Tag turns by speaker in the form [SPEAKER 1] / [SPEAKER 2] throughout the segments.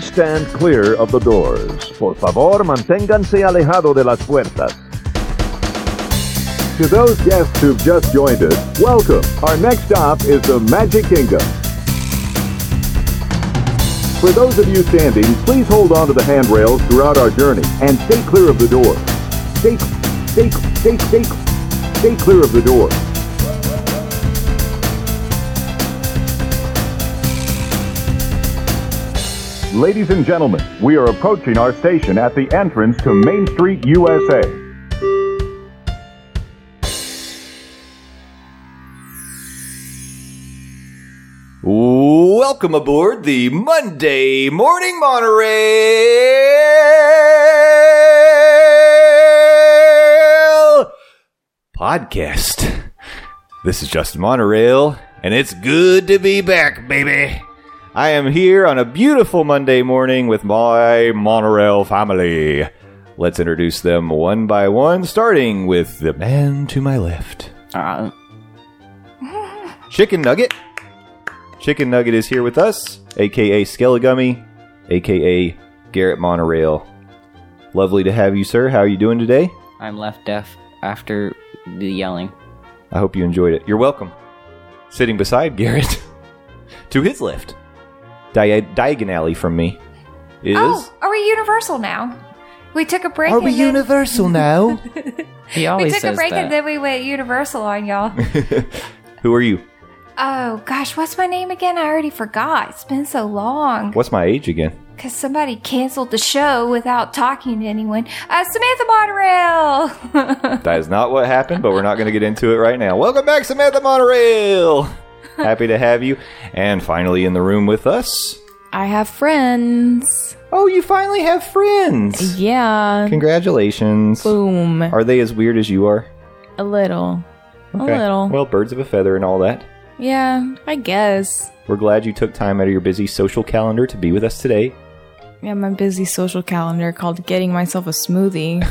[SPEAKER 1] stand clear of the doors. Por favor, manténganse alejado de las puertas.
[SPEAKER 2] To those guests who've just joined us, welcome. Our next stop is the Magic Kingdom. For those of you standing, please hold on to the handrails throughout our journey and stay clear of the door. Stay, stay, stay, stay, stay clear of the door. Ladies and gentlemen, we are approaching our station at the entrance to Main Street, USA.
[SPEAKER 3] Welcome aboard the Monday Morning Monorail podcast. This is Justin Monorail, and it's good to be back, baby. I am here on a beautiful Monday morning with my monorail family. Let's introduce them one by one, starting with the man to my left.
[SPEAKER 4] Uh,
[SPEAKER 3] Chicken Nugget. Chicken Nugget is here with us, aka Skelligummy, aka Garrett Monorail. Lovely to have you, sir. How are you doing today?
[SPEAKER 4] I'm left deaf after the yelling.
[SPEAKER 3] I hope you enjoyed it. You're welcome. Sitting beside Garrett, to his left, dia- diagonally from me, is
[SPEAKER 5] Oh, are we universal now? We took a break.
[SPEAKER 3] Are we
[SPEAKER 5] and then-
[SPEAKER 3] universal now?
[SPEAKER 4] He
[SPEAKER 5] We
[SPEAKER 4] always
[SPEAKER 5] took a
[SPEAKER 4] says
[SPEAKER 5] break
[SPEAKER 4] that.
[SPEAKER 5] and then we went universal on y'all.
[SPEAKER 3] Who are you?
[SPEAKER 5] oh gosh, what's my name again? I already forgot. It's been so long
[SPEAKER 3] What's my age again?
[SPEAKER 5] because somebody canceled the show without talking to anyone. Uh, Samantha Monorail.
[SPEAKER 3] That is not what happened, but we're not going to get into it right now. Welcome back, Samantha Monorail. Happy to have you. And finally, in the room with us.
[SPEAKER 6] I have friends.
[SPEAKER 3] Oh, you finally have friends.
[SPEAKER 6] Yeah.
[SPEAKER 3] Congratulations.
[SPEAKER 6] Boom.
[SPEAKER 3] Are they as weird as you are?
[SPEAKER 6] A little.
[SPEAKER 3] Okay.
[SPEAKER 6] A little.
[SPEAKER 3] Well, birds of a feather and all that.
[SPEAKER 6] yeah, I guess.
[SPEAKER 3] We're glad you took time out of your busy social calendar to be with us today.
[SPEAKER 6] Yeah, my busy social calendar called getting myself a smoothie.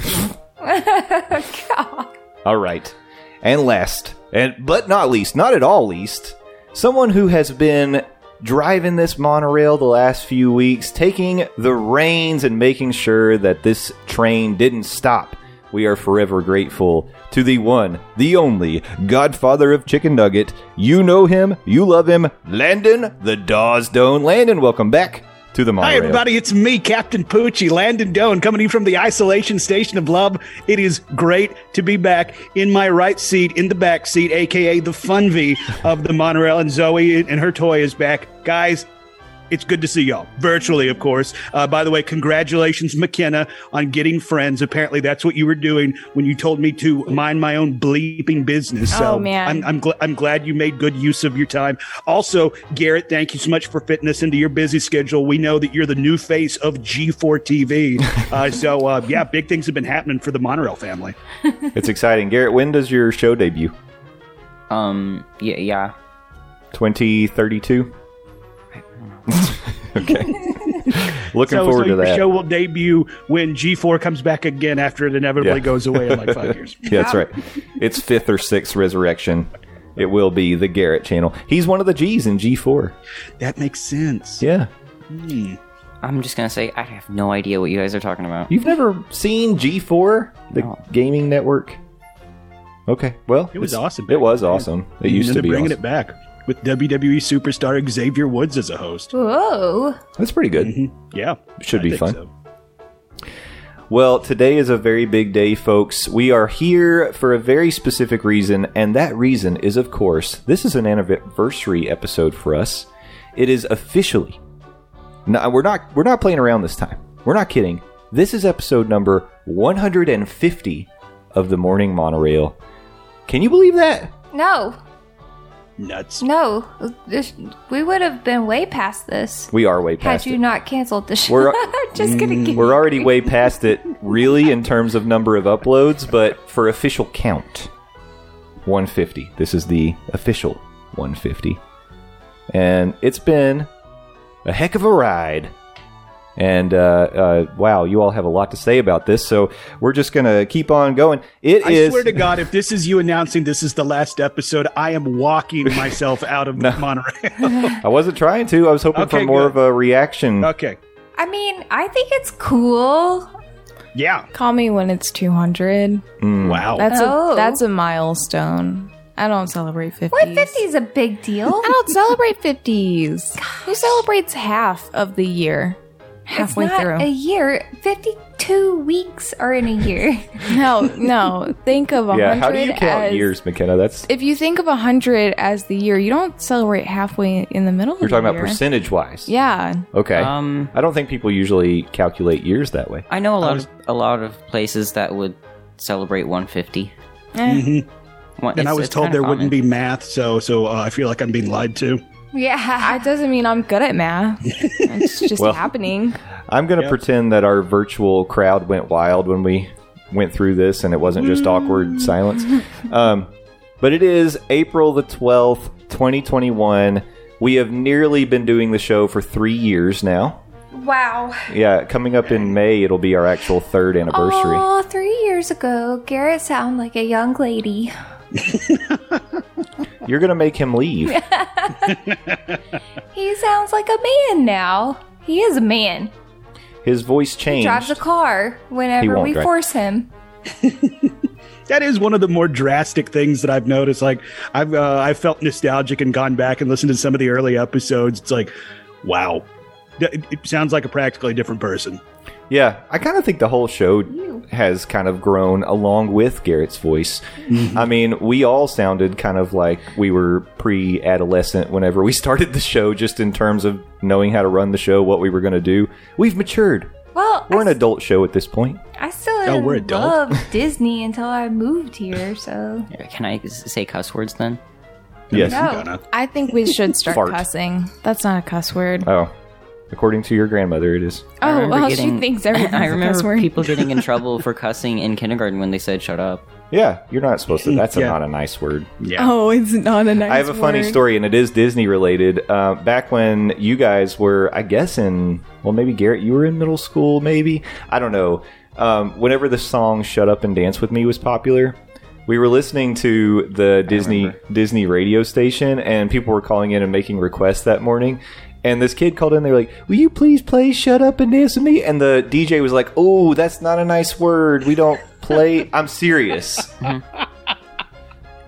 [SPEAKER 5] God.
[SPEAKER 3] All right. And last, and but not least, not at all least, someone who has been driving this monorail the last few weeks, taking the reins and making sure that this train didn't stop. We are forever grateful to the one, the only, godfather of Chicken Nugget. You know him, you love him, Landon the Dawsdone. Landon, welcome back to the monorail.
[SPEAKER 7] Hi, everybody. It's me, Captain Poochie, Landon Doan, coming to you from the isolation station of love. It is great to be back in my right seat, in the back seat, aka the fun V of the monorail. And Zoe and her toy is back. Guys, it's good to see y'all virtually, of course. Uh, by the way, congratulations, McKenna, on getting friends. Apparently, that's what you were doing when you told me to mind my own bleeping business.
[SPEAKER 6] Oh,
[SPEAKER 7] so
[SPEAKER 6] man.
[SPEAKER 7] I'm, I'm, gl- I'm glad you made good use of your time. Also, Garrett, thank you so much for fitting us into your busy schedule. We know that you're the new face of G4 TV. Uh, so, uh, yeah, big things have been happening for the monorail family.
[SPEAKER 3] It's exciting. Garrett, when does your show debut?
[SPEAKER 4] Um, yeah, yeah.
[SPEAKER 3] 2032? okay. Looking
[SPEAKER 7] so,
[SPEAKER 3] forward
[SPEAKER 7] so
[SPEAKER 3] to
[SPEAKER 7] your
[SPEAKER 3] that.
[SPEAKER 7] show will debut when G4 comes back again after it inevitably
[SPEAKER 3] Yeah.
[SPEAKER 7] goes away in like five years.
[SPEAKER 3] yeah, that's right. It's fifth or sixth resurrection. It will be the Garrett channel. He's one of the G's in G4.
[SPEAKER 7] That makes sense. Hmm.
[SPEAKER 3] Yeah.
[SPEAKER 4] I'm just gonna say I have no idea what you guys are talking about.
[SPEAKER 3] You've never seen G4, the
[SPEAKER 4] No.
[SPEAKER 3] gaming network? Okay. Well,
[SPEAKER 7] It was
[SPEAKER 3] it's-
[SPEAKER 7] awesome
[SPEAKER 3] It
[SPEAKER 7] back
[SPEAKER 3] was
[SPEAKER 7] then.
[SPEAKER 3] awesome. It
[SPEAKER 7] And
[SPEAKER 3] used
[SPEAKER 7] then
[SPEAKER 3] to
[SPEAKER 7] they're
[SPEAKER 3] be.
[SPEAKER 7] bringing
[SPEAKER 3] Awesome.
[SPEAKER 7] it back with WWE superstar Xavier Woods as a host.
[SPEAKER 5] Whoa.
[SPEAKER 3] That's pretty good.
[SPEAKER 7] Yeah,
[SPEAKER 3] Hmm. Should be
[SPEAKER 7] think
[SPEAKER 3] fun.
[SPEAKER 7] so.
[SPEAKER 3] Well, today is a very big day, folks. We are here for a very specific reason, and that reason is, of course, this is an anniversary episode for us. It is officially. No, we're not. We're not playing around this time. We're not kidding. This is episode number 150 of the Morning Monorail. Can you believe that?
[SPEAKER 5] No,
[SPEAKER 7] Nuts.
[SPEAKER 5] no. This, we would have been way past this
[SPEAKER 3] We are way
[SPEAKER 5] had
[SPEAKER 3] past
[SPEAKER 5] you
[SPEAKER 3] it.
[SPEAKER 5] not canceled the show.
[SPEAKER 3] We're- mm,
[SPEAKER 5] Just gonna get
[SPEAKER 3] We're already way past it, really, in terms of number of uploads, but for official count, 150. This is the official 150. And it's been a heck of a ride. And uh, uh, wow, you all have a lot to say about this, so we're just going to keep on going. It is
[SPEAKER 7] I swear to God, if this is you announcing this is the last episode, I am walking myself out of Monterey.
[SPEAKER 3] I wasn't trying to. I was hoping for
[SPEAKER 7] Okay,
[SPEAKER 3] more
[SPEAKER 7] good.
[SPEAKER 3] of a reaction.
[SPEAKER 7] okay.
[SPEAKER 5] I mean, I think it's cool.
[SPEAKER 7] Yeah.
[SPEAKER 6] Call me when it's 200.
[SPEAKER 3] Hmm.
[SPEAKER 7] Wow.
[SPEAKER 6] That's
[SPEAKER 5] Oh.
[SPEAKER 6] a that's a milestone. I don't celebrate 50s.
[SPEAKER 5] What 50 is a big deal.
[SPEAKER 6] I don't celebrate 50s. Who celebrates half of the year? Halfway
[SPEAKER 5] it's not
[SPEAKER 6] through.
[SPEAKER 5] a year. 52 weeks are in a year.
[SPEAKER 6] no, no. Think of 100
[SPEAKER 3] Yeah, how do you count
[SPEAKER 6] as
[SPEAKER 3] years, McKenna? That's
[SPEAKER 6] If you think of 100 as the year, you don't celebrate halfway in the middle
[SPEAKER 3] you're
[SPEAKER 6] of the
[SPEAKER 3] talking about
[SPEAKER 6] year.
[SPEAKER 3] percentage wise.
[SPEAKER 6] Yeah.
[SPEAKER 3] Okay.
[SPEAKER 5] Uh,
[SPEAKER 4] Um,
[SPEAKER 3] I don't think people usually calculate years that way.
[SPEAKER 4] I know a lot of a lot of places that would celebrate 150.
[SPEAKER 6] Eh.
[SPEAKER 4] One-
[SPEAKER 7] And I
[SPEAKER 4] it's-
[SPEAKER 7] was
[SPEAKER 4] it's
[SPEAKER 7] told
[SPEAKER 4] kinda
[SPEAKER 7] there wouldn't
[SPEAKER 4] common.
[SPEAKER 7] be math, so so uh, I feel like I'm being lied to.
[SPEAKER 5] yeah.
[SPEAKER 6] That doesn't mean I'm good at math. It's just
[SPEAKER 3] Well-
[SPEAKER 6] happening.
[SPEAKER 3] I'm going to
[SPEAKER 7] Yep.
[SPEAKER 3] pretend that our virtual crowd went wild when we went through this and it wasn't just awkward silence. Um, but it is April the 12th, 2021. We have nearly been doing the show for three years now.
[SPEAKER 5] wow.
[SPEAKER 3] Yeah, coming up in May, it'll be our actual third anniversary.
[SPEAKER 5] Oh, three years ago, Garrett sounded like a young lady.
[SPEAKER 3] You're going to make him leave.
[SPEAKER 5] He sounds like a man now. He is a man.
[SPEAKER 3] His voice
[SPEAKER 5] He
[SPEAKER 3] changed.
[SPEAKER 5] drives a car whenever
[SPEAKER 3] won't
[SPEAKER 5] we
[SPEAKER 3] drive.
[SPEAKER 5] force him.
[SPEAKER 7] That is one of the more drastic things that I've noticed. Like I've uh, I've felt nostalgic and gone back and listened to some of the early episodes. It's like, wow, Th- it it sounds like a practically different person.
[SPEAKER 3] Yeah, I kind of think the whole show has kind of grown along with Garrett's voice. I mean, we all sounded kind of like we were pre adolescent whenever we started the show, just in terms of knowing how to run the show, what we were going to do. We've matured.
[SPEAKER 5] Well, I,
[SPEAKER 3] We're an adult show at this point.
[SPEAKER 5] I still
[SPEAKER 7] Oh, we're
[SPEAKER 5] didn't
[SPEAKER 7] adult.
[SPEAKER 5] love Disney until I moved here, so.
[SPEAKER 4] Can I s- say cuss words then?
[SPEAKER 3] Yes.
[SPEAKER 5] No.
[SPEAKER 4] Oh.
[SPEAKER 7] Gonna-
[SPEAKER 6] I think we should start
[SPEAKER 3] Fart.
[SPEAKER 6] cussing. That's not a cuss word.
[SPEAKER 3] Oh, according to your grandmother, it is.
[SPEAKER 4] I
[SPEAKER 6] oh,
[SPEAKER 4] remember
[SPEAKER 6] well, she
[SPEAKER 4] getting-
[SPEAKER 6] thinks everything's
[SPEAKER 4] I
[SPEAKER 6] a
[SPEAKER 4] remember
[SPEAKER 6] cuss word.
[SPEAKER 4] people getting in trouble for cussing in kindergarten when they said "shut up."
[SPEAKER 3] Yeah, you're not supposed to. That's a-
[SPEAKER 7] Yeah.
[SPEAKER 3] not a nice word.
[SPEAKER 7] yeah.
[SPEAKER 6] Oh, it's not a nice
[SPEAKER 3] I have a funny
[SPEAKER 6] word.
[SPEAKER 3] story, and it is Disney related. Uh, back when you guys were, I guess, in well, maybe Garrett, you were in middle school, maybe I don't know. Um, whenever the song "Shut Up and Dance with Me" was popular, we were listening to the Disney Disney radio station, and people were calling in and making requests that morning. And this kid called in. They were like, "Will you please play Shut Up and Dance with Me?" And the DJ was like, "Oh, that's not a nice word. We don't play." I'm serious.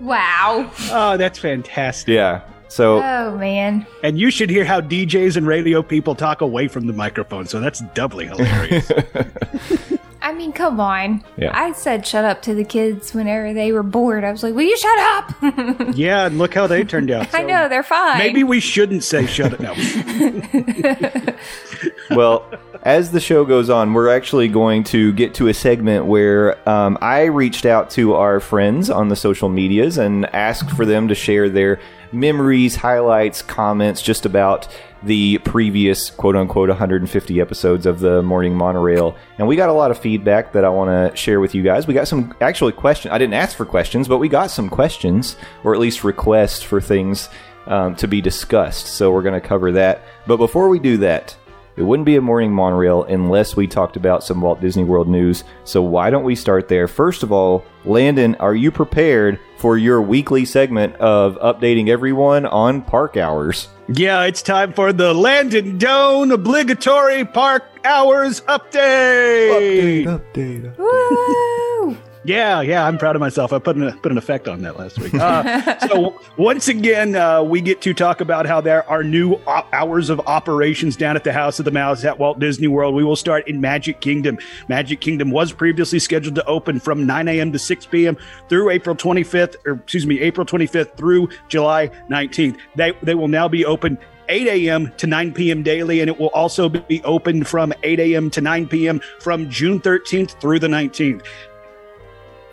[SPEAKER 5] Wow.
[SPEAKER 7] Oh, that's fantastic.
[SPEAKER 3] Yeah. So
[SPEAKER 5] Oh, man.
[SPEAKER 7] And you should hear how DJs and radio people talk away from the microphone. So that's doubly hilarious.
[SPEAKER 5] I mean, come on.
[SPEAKER 3] Yeah.
[SPEAKER 5] I said shut up to the kids whenever they were bored. I was like, will you shut up?
[SPEAKER 7] yeah, and look how they turned out.
[SPEAKER 5] I
[SPEAKER 7] So
[SPEAKER 5] know, they're fine.
[SPEAKER 7] Maybe we shouldn't say shut it. No.
[SPEAKER 3] well, as the show goes on, we're actually going to get to a segment where um, I reached out to our friends on the social medias and asked for them to share their memories, highlights, comments just about the previous quote unquote 150 episodes of the Morning Monorail. And we got a lot of feedback that I want to share with you guys. We got some actually questions. I didn't ask for questions, but we got some questions, or at least requests for things. Um, to be discussed. So, we're going to cover that. But before we do that, it wouldn't be a morning monorail unless we talked about some Walt Disney World news. So why don't we start there? First of all, Landon, are you prepared for your weekly segment of updating everyone on park hours?
[SPEAKER 7] Yeah, it's time for the Landon Doan obligatory park hours update.
[SPEAKER 5] Woo!
[SPEAKER 7] Yeah, yeah, I'm proud of myself. I put an put an effect on that last week. Uh, so once again, uh, we get to talk about how there are new op- hours of operations down at the House of the Mouse at Walt Disney World. We will start in Magic Kingdom. Magic Kingdom was previously scheduled to open from 9 a.m. to 6 p.m. through April 25th, or excuse me, April 25th through July 19th. They they will now be open 8 a.m. to 9 p.m. daily, and it will also be open from 8 a.m. to 9 p.m. from June 13th through the 19th.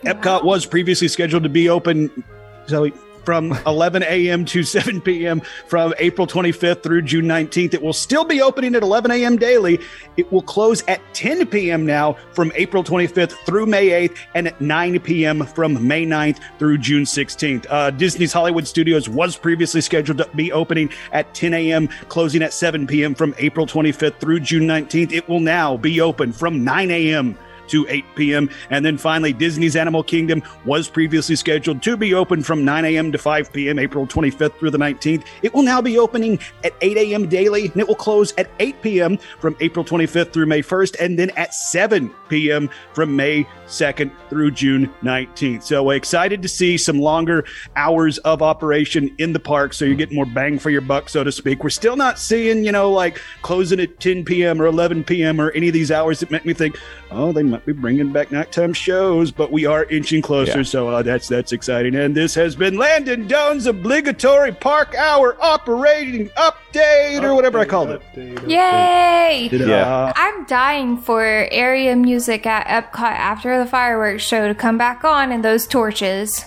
[SPEAKER 7] Epcot was previously scheduled to be open so from 11 a.m. to 7 p.m. from April 25th through June 19th. It will still be opening at 11 a.m. daily. It will close at 10 p.m. now from April 25th through May 8th and at 9 p.m. from May 9th through June 16th. Uh, Disney's Hollywood Studios was previously scheduled to be opening at 10 a.m., closing at 7 p.m. from April 25th through June 19th. It will now be open from 9 a.m. to 8 p.m. And then finally, Disney's Animal Kingdom was previously scheduled to be open from 9 a.m. to 5 p.m. April 25th through the 19th. It will now be opening at 8 a.m. daily and it will close at 8 p.m. from April 25th through May 1st and then at 7 p.m. from May 2nd through June 19th. So we're excited to see some longer hours of operation in the park so you're getting more bang for your buck, so to speak. We're still not seeing, you know, like closing at 10 p.m. or 11 p.m. or any of these hours that make me think, oh, they might be bringing back nighttime shows, but we are inching closer.
[SPEAKER 3] Yeah.
[SPEAKER 7] So uh, that's that's exciting. And this has been Landon Doan's obligatory park hour operating update or whatever I called it.
[SPEAKER 5] Yay!
[SPEAKER 3] Yeah.
[SPEAKER 5] I'm dying for area music at Epcot after the fireworks show to come back on and those torches.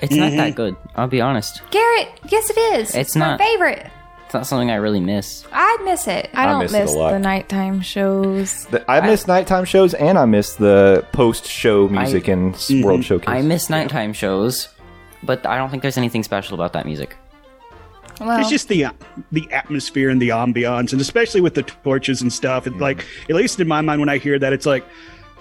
[SPEAKER 4] It's not that good. I'll be honest.
[SPEAKER 5] Garrett, yes, it is.
[SPEAKER 4] It's
[SPEAKER 5] my
[SPEAKER 4] not.
[SPEAKER 5] favorite.
[SPEAKER 4] It's not something I really miss.
[SPEAKER 5] I'd miss it.
[SPEAKER 6] I don't
[SPEAKER 3] miss
[SPEAKER 6] miss,
[SPEAKER 3] it a lot.
[SPEAKER 6] the nighttime shows.
[SPEAKER 3] The- I miss nighttime shows and I miss the post show music and s- World Showcase.
[SPEAKER 4] I miss nighttime shows, but I don't think there's anything special about that music.
[SPEAKER 5] Well,
[SPEAKER 7] It's just the the atmosphere and the ambiance, and especially with the torches and stuff. It, Like at least in my mind, when I hear that, it's like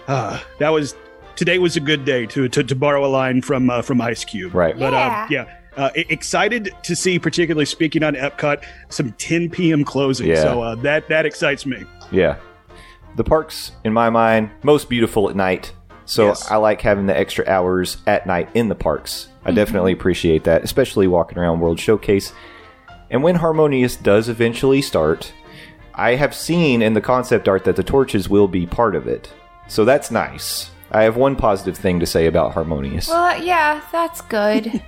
[SPEAKER 7] uh, that was today was a good day to to, to borrow a line from uh, from Ice Cube.
[SPEAKER 3] Right.
[SPEAKER 7] But
[SPEAKER 5] Yeah.
[SPEAKER 7] uh, yeah. Uh, e- excited to see, particularly speaking on Epcot, some 10 p.m. closing.
[SPEAKER 3] Yeah.
[SPEAKER 7] So uh, that that excites me.
[SPEAKER 3] Yeah. The park's, in my mind, most beautiful at night. So
[SPEAKER 7] Yes.
[SPEAKER 3] I like having the extra hours at night in the parks. I definitely appreciate that, especially walking around World Showcase. And when Harmonious does eventually start, I have seen in the concept art that the torches will be part of it. So that's nice. I have one positive thing to say about Harmonious.
[SPEAKER 5] well, yeah, that's good.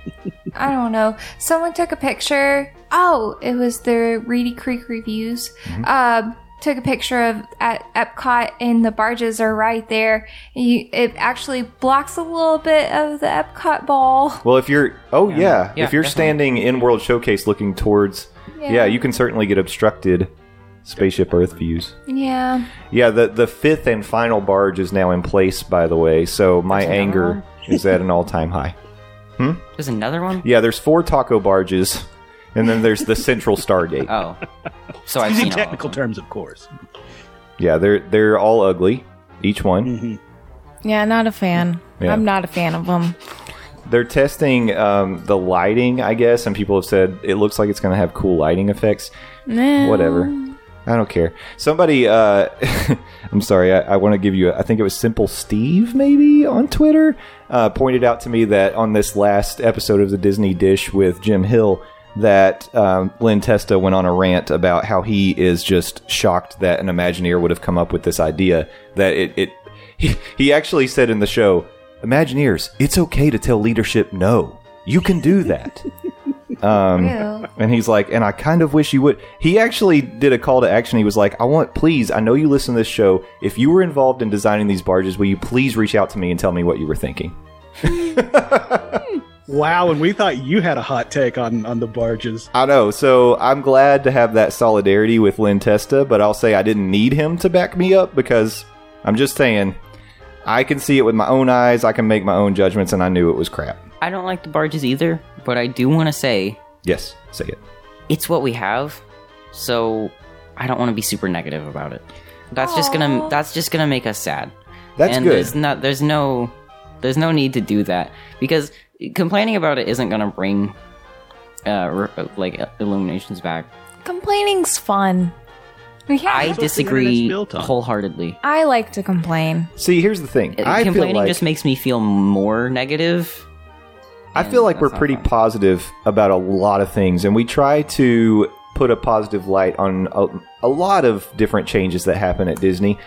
[SPEAKER 5] I don't know. Someone took a picture. Oh, it was the Reedy Creek reviews.
[SPEAKER 7] Mm-hmm.
[SPEAKER 5] Um, took a picture of at Epcot, and the barges are right there. You, it actually blocks a little bit of the Epcot ball.
[SPEAKER 3] Well, if you're, oh yeah,
[SPEAKER 4] Yeah,
[SPEAKER 3] if you're
[SPEAKER 4] definitely.
[SPEAKER 3] standing in World Showcase looking towards, yeah. you can certainly get obstructed spaceship Earth views.
[SPEAKER 5] Yeah.
[SPEAKER 3] Yeah, the the fifth and final barge is now in place, by the way. So my anger is at an all time high.
[SPEAKER 4] There's another one?
[SPEAKER 3] Yeah, there's four taco barges, and then there's the central Stargate.
[SPEAKER 4] Oh. So I've
[SPEAKER 7] Using
[SPEAKER 4] seen all of
[SPEAKER 7] technical
[SPEAKER 4] them.
[SPEAKER 7] terms, of course.
[SPEAKER 3] Yeah, they're they're all ugly, each one.
[SPEAKER 6] Yeah, not a fan.
[SPEAKER 3] Yeah.
[SPEAKER 6] I'm not a fan of them.
[SPEAKER 3] They're testing um, the lighting, I guess, and people have said it looks like it's going to have cool lighting effects. Whatever. I don't care. Somebody, uh, I'm sorry, I, I want to give you, a, I think it was Simple Steve, maybe, on Twitter, uh, pointed out to me that on this last episode of the Disney Dish with Jim Hill, that um, Lynn Testa went on a rant about how he is just shocked that an Imagineer would have come up with this idea. That it, it he, he actually said in the show, Imagineers, it's okay to tell leadership no. You can do that.
[SPEAKER 5] Ew.
[SPEAKER 3] And he's like, and I kind of wish you would. He actually did a call to action. He was like, I want, please, I know you listen to this show. If you were involved in designing these barges, will you please reach out to me and tell me what you were thinking?
[SPEAKER 7] Wow, and we thought you had a hot take on on the barges.
[SPEAKER 3] I know. So I'm glad to have that solidarity with Lynn Testa, but I'll say I didn't need him to back me up because I'm just saying, I can see it with my own eyes. I can make my own judgments, and I knew it was crap.
[SPEAKER 4] I don't like the barges either, but I do want to say
[SPEAKER 3] Yes, say it.
[SPEAKER 4] it's what we have. So I don't want to be super negative about it. That's just gonna that's just gonna make us sad.
[SPEAKER 3] That's
[SPEAKER 4] and
[SPEAKER 3] good.
[SPEAKER 4] There's not there's no there's no need to do that because complaining about it isn't gonna bring uh, re- like illuminations back.
[SPEAKER 6] Complaining's fun.
[SPEAKER 4] I
[SPEAKER 5] Yeah.
[SPEAKER 7] what the Ah, internet's
[SPEAKER 4] disagree
[SPEAKER 7] built on.
[SPEAKER 4] wholeheartedly.
[SPEAKER 6] I like to complain.
[SPEAKER 3] See, here's the thing. I feel
[SPEAKER 4] complaining
[SPEAKER 3] like
[SPEAKER 4] just makes me feel more negative.
[SPEAKER 3] I feel like we're
[SPEAKER 4] that's not
[SPEAKER 3] pretty
[SPEAKER 4] fun.
[SPEAKER 3] positive about a lot of things, and we try to put a positive light on a, a lot of different changes that happen at Disney.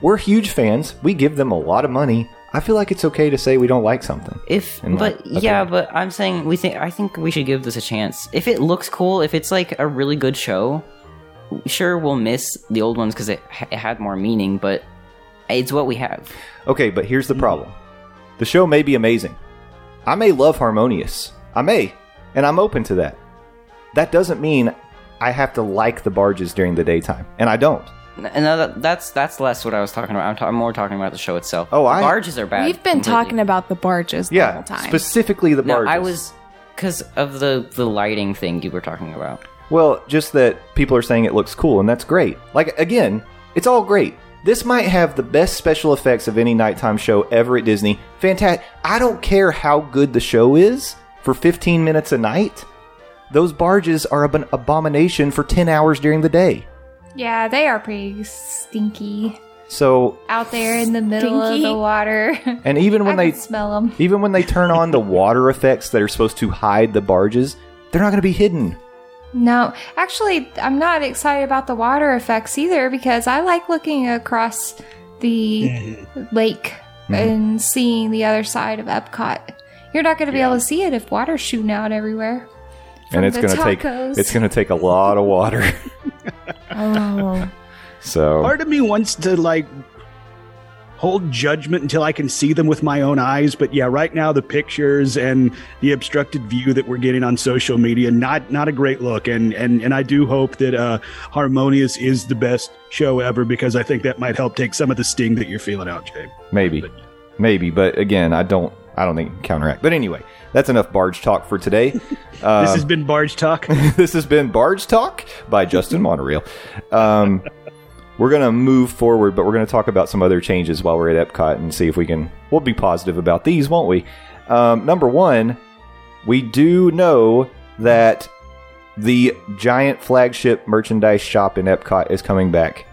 [SPEAKER 3] We're huge fans. We give them a lot of money. I feel like it's okay to say we don't like something.
[SPEAKER 4] If
[SPEAKER 3] In my
[SPEAKER 4] but yeah, but I'm saying we think I think we should give this a chance. If it looks cool, if it's like a really good show, sure we'll miss the old ones because it, ha- it had more meaning, but it's what we have.
[SPEAKER 3] Okay, but here's the
[SPEAKER 4] Mm.
[SPEAKER 3] problem. The show may be amazing. I may love Harmonious. I may, and I'm open to that. That doesn't mean I have to like the barges during the daytime, and I don't.
[SPEAKER 4] N- And that, that's that's less what I was talking about. I'm, ta- I'm more talking about the show itself.
[SPEAKER 3] Oh,
[SPEAKER 4] The
[SPEAKER 3] I-
[SPEAKER 4] barges are bad.
[SPEAKER 6] We've been
[SPEAKER 4] completely.
[SPEAKER 6] talking about the barges the
[SPEAKER 3] Yeah,
[SPEAKER 6] whole time.
[SPEAKER 3] specifically the
[SPEAKER 4] No,
[SPEAKER 3] barges.
[SPEAKER 4] I was because of the the lighting thing you were talking about.
[SPEAKER 3] Well, just that people are saying it looks cool, and that's great. Like, again, it's all great. This might have the best special effects of any nighttime show ever at Disney. Fantastic. I don't care how good the show is for 15 minutes a night. Those barges are an abomination for 10 hours during the day.
[SPEAKER 5] Yeah, they are pretty stinky
[SPEAKER 3] So,
[SPEAKER 5] out there in the middle
[SPEAKER 6] Stinky?
[SPEAKER 5] of the water.
[SPEAKER 3] and even when
[SPEAKER 5] I
[SPEAKER 3] they
[SPEAKER 5] can smell them.
[SPEAKER 3] even when they turn on the water effects that are supposed to hide the barges, they're not going to be hidden.
[SPEAKER 5] No, actually, I'm not excited about the water effects either because I like looking across the lake
[SPEAKER 3] Mm-hmm.
[SPEAKER 5] and seeing the other side of Epcot. You're not going to be able to see it if water's shooting out everywhere.
[SPEAKER 3] And it's
[SPEAKER 5] the
[SPEAKER 3] going to take
[SPEAKER 5] tacos.
[SPEAKER 3] it's going to take a lot of water.
[SPEAKER 5] Oh,
[SPEAKER 3] So,
[SPEAKER 7] Part of me wants to like hold judgment until I can see them with my own eyes. But yeah, right now the pictures and the obstructed view that we're getting on social media not not a great look. And and and I do hope that uh, Harmonious is the best show ever because I think that might help take some of the sting that you're feeling out, Jay.
[SPEAKER 3] Maybe, maybe, but again, I don't, I don't think it can counteract. But anyway, that's enough barge talk for today. Uh,
[SPEAKER 7] This has been Barge Talk.
[SPEAKER 3] this has been Barge Talk by Justin Monorail. Um, we're gonna move forward, but we're gonna talk about some other changes while we're at Epcot and see if we can. We'll be positive about these, won't we? Um, number one, we do know that the giant flagship merchandise shop in Epcot is coming back.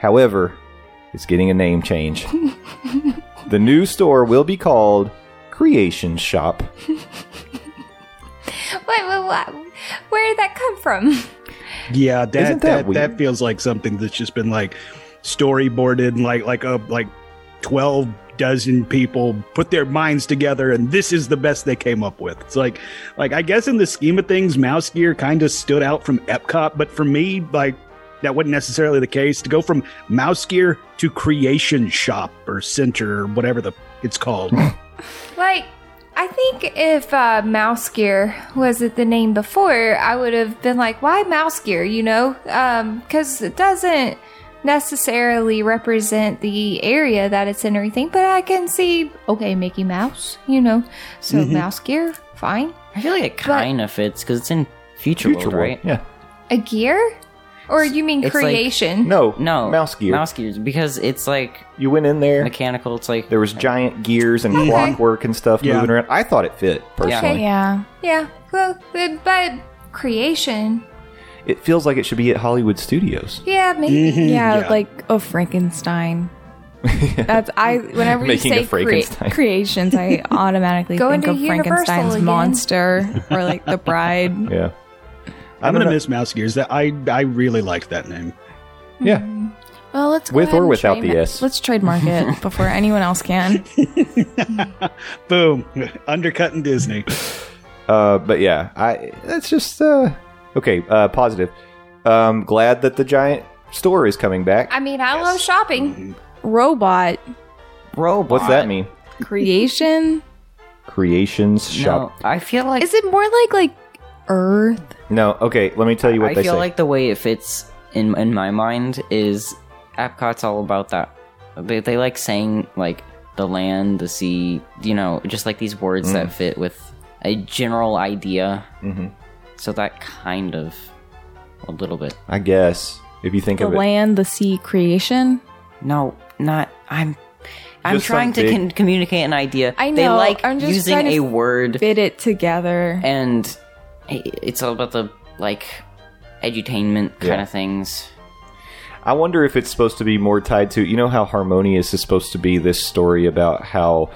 [SPEAKER 3] However, it's getting a name change. the new store will be called Creation Shop.
[SPEAKER 5] wait, wait, what? Where did that come from?
[SPEAKER 7] Yeah, that
[SPEAKER 3] Isn't that
[SPEAKER 7] that, that,
[SPEAKER 3] weird?
[SPEAKER 7] feels like something that's just been like storyboarded and like like a like twelve dozen people put their minds together and this is the best they came up with. It's like like I guess in the scheme of things, Mouse Gear kind of stood out from Epcot, but for me, like that wasn't necessarily the case. To go from Mouse Gear to Creation Shop or Center or whatever the it's called.
[SPEAKER 5] Like, I think if uh, Mouse Gear was it the name before, I would have been like, why Mouse Gear? You know, because it doesn't necessarily represent the area that it's in or anything, but I can see, okay, Mickey Mouse, you know, so
[SPEAKER 4] Mm-hmm.
[SPEAKER 5] Mouse Gear, fine.
[SPEAKER 4] I feel like it kind of fits because it's in Future,
[SPEAKER 3] Future
[SPEAKER 4] World,
[SPEAKER 3] World.
[SPEAKER 4] right?
[SPEAKER 3] Yeah.
[SPEAKER 5] A gear? Or you mean
[SPEAKER 4] It's like-
[SPEAKER 5] creation?
[SPEAKER 3] No.
[SPEAKER 4] No,
[SPEAKER 3] Mouse gear.
[SPEAKER 4] Mouse gears because it's like
[SPEAKER 3] You went in there.
[SPEAKER 4] mechanical. It's like
[SPEAKER 3] There was giant gears and
[SPEAKER 5] Okay.
[SPEAKER 3] clockwork and stuff
[SPEAKER 7] Yeah.
[SPEAKER 3] moving around. I thought it fit personally.
[SPEAKER 6] Yeah.
[SPEAKER 5] yeah, well, but, but creation.
[SPEAKER 3] It feels like it should be at Hollywood Studios.
[SPEAKER 5] Yeah, maybe.
[SPEAKER 6] yeah,
[SPEAKER 7] yeah.
[SPEAKER 6] like a Frankenstein. That's I. Whenever
[SPEAKER 3] Making
[SPEAKER 6] you
[SPEAKER 3] a
[SPEAKER 6] say crea-
[SPEAKER 3] Frankenstein.
[SPEAKER 6] creations, I automatically
[SPEAKER 5] Go
[SPEAKER 6] think
[SPEAKER 5] into
[SPEAKER 6] of
[SPEAKER 5] Universal
[SPEAKER 6] Frankenstein's
[SPEAKER 5] again.
[SPEAKER 6] monster or like the bride.
[SPEAKER 3] Yeah.
[SPEAKER 7] I'm
[SPEAKER 3] don't
[SPEAKER 7] gonna
[SPEAKER 3] know-
[SPEAKER 7] miss Mouse Gears. That I I really liked that name.
[SPEAKER 3] Yeah.
[SPEAKER 6] Well, let's go
[SPEAKER 3] With
[SPEAKER 6] ahead
[SPEAKER 3] or
[SPEAKER 6] and
[SPEAKER 3] without
[SPEAKER 6] trademark-
[SPEAKER 3] the S.
[SPEAKER 6] Let's trademark it before anyone else can.
[SPEAKER 7] Boom. Undercutting Disney.
[SPEAKER 3] Uh, but yeah, I that's just uh, okay. Uh, positive. Um, glad that the giant store is coming
[SPEAKER 4] Mm-hmm.
[SPEAKER 3] back.
[SPEAKER 5] I mean, I love shopping.
[SPEAKER 6] Robot
[SPEAKER 4] robot.
[SPEAKER 3] What's that mean?
[SPEAKER 6] creation.
[SPEAKER 3] Creations shop.
[SPEAKER 4] No, I feel like
[SPEAKER 6] Is it more like like Earth?
[SPEAKER 3] No. Okay. Let me tell you what
[SPEAKER 4] I
[SPEAKER 3] they
[SPEAKER 4] feel
[SPEAKER 3] say.
[SPEAKER 4] like the way it fits in in my mind is Epcot's all about that. They they like saying like the land, the sea, you know, just like these words
[SPEAKER 3] Mm.
[SPEAKER 4] that fit with a general idea.
[SPEAKER 3] Mhm.
[SPEAKER 4] So that kind of a little bit.
[SPEAKER 3] I guess if you think
[SPEAKER 6] The
[SPEAKER 3] of it,
[SPEAKER 6] land, the sea, creation.
[SPEAKER 4] No, not I'm. I'm
[SPEAKER 3] Just
[SPEAKER 4] trying to
[SPEAKER 3] something.
[SPEAKER 4] con- communicate an idea.
[SPEAKER 6] I
[SPEAKER 4] They
[SPEAKER 6] know,
[SPEAKER 4] like
[SPEAKER 6] I'm just
[SPEAKER 4] using
[SPEAKER 6] trying to
[SPEAKER 4] a word
[SPEAKER 6] Fit it together.
[SPEAKER 4] and i- it's all about the like edutainment kind
[SPEAKER 3] Yeah.
[SPEAKER 4] of things.
[SPEAKER 3] I wonder if it's supposed to be more tied to you know how harmonious is supposed to be this story about how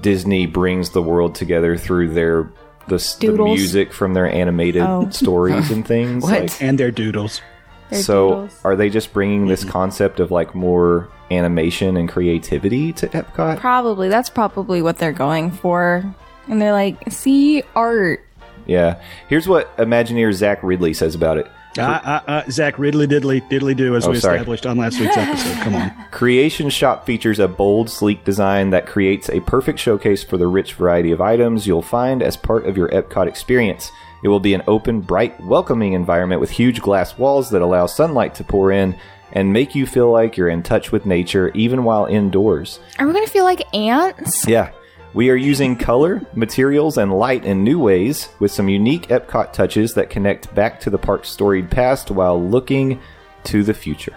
[SPEAKER 3] Disney brings the world together through their the, s- the
[SPEAKER 6] Doodles.
[SPEAKER 3] music from their animated
[SPEAKER 6] Oh.
[SPEAKER 3] stories and things.
[SPEAKER 4] What?
[SPEAKER 7] And their doodles.
[SPEAKER 6] Their
[SPEAKER 3] so
[SPEAKER 6] doodles.
[SPEAKER 3] are they just bringing this concept of like more animation and creativity to Epcot?
[SPEAKER 6] Probably that's probably what they're going for. And they're like, see art.
[SPEAKER 3] Yeah. Here's what Imagineer Zach Ridley says about it.
[SPEAKER 7] Uh, uh, uh, Zach Ridley diddly diddly do as
[SPEAKER 3] Oh,
[SPEAKER 7] we
[SPEAKER 3] sorry.
[SPEAKER 7] established on last week's episode. Come on.
[SPEAKER 3] Creation Shop features a bold, sleek design that creates a perfect showcase for the rich variety of items you'll find as part of your Epcot experience. It will be an open, bright, welcoming environment with huge glass walls that allow sunlight to pour in and make you feel like you're in touch with nature even while indoors.
[SPEAKER 6] Are we gonna feel like ants?
[SPEAKER 3] Yeah. We are using color, materials, and light in new ways with some unique Epcot touches that connect back to the park's storied past while looking to the future.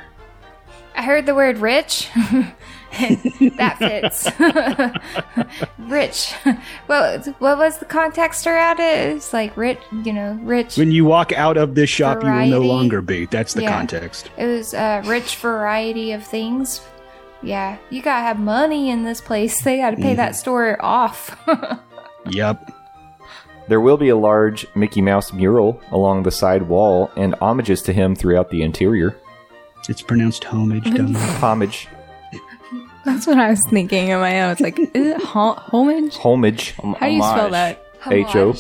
[SPEAKER 5] I heard the word rich. that fits. rich. Well, what was the context around it? It's like rich, you know, rich.
[SPEAKER 7] When you walk out of this shop, you will
[SPEAKER 5] Variety.
[SPEAKER 7] no longer be. That's the
[SPEAKER 5] Yeah.
[SPEAKER 7] context.
[SPEAKER 5] It was a rich variety of things. Yeah, you gotta have money in this place. They gotta pay that store off.
[SPEAKER 7] Yep.
[SPEAKER 3] There will be a large Mickey Mouse mural along the side wall and homages to him throughout the interior.
[SPEAKER 7] It's pronounced homage. dumbass.
[SPEAKER 3] Homage.
[SPEAKER 6] That's what I was thinking in my head. I was like, is it ho- homage?
[SPEAKER 3] Homage.
[SPEAKER 6] How do you spell that?
[SPEAKER 3] H O.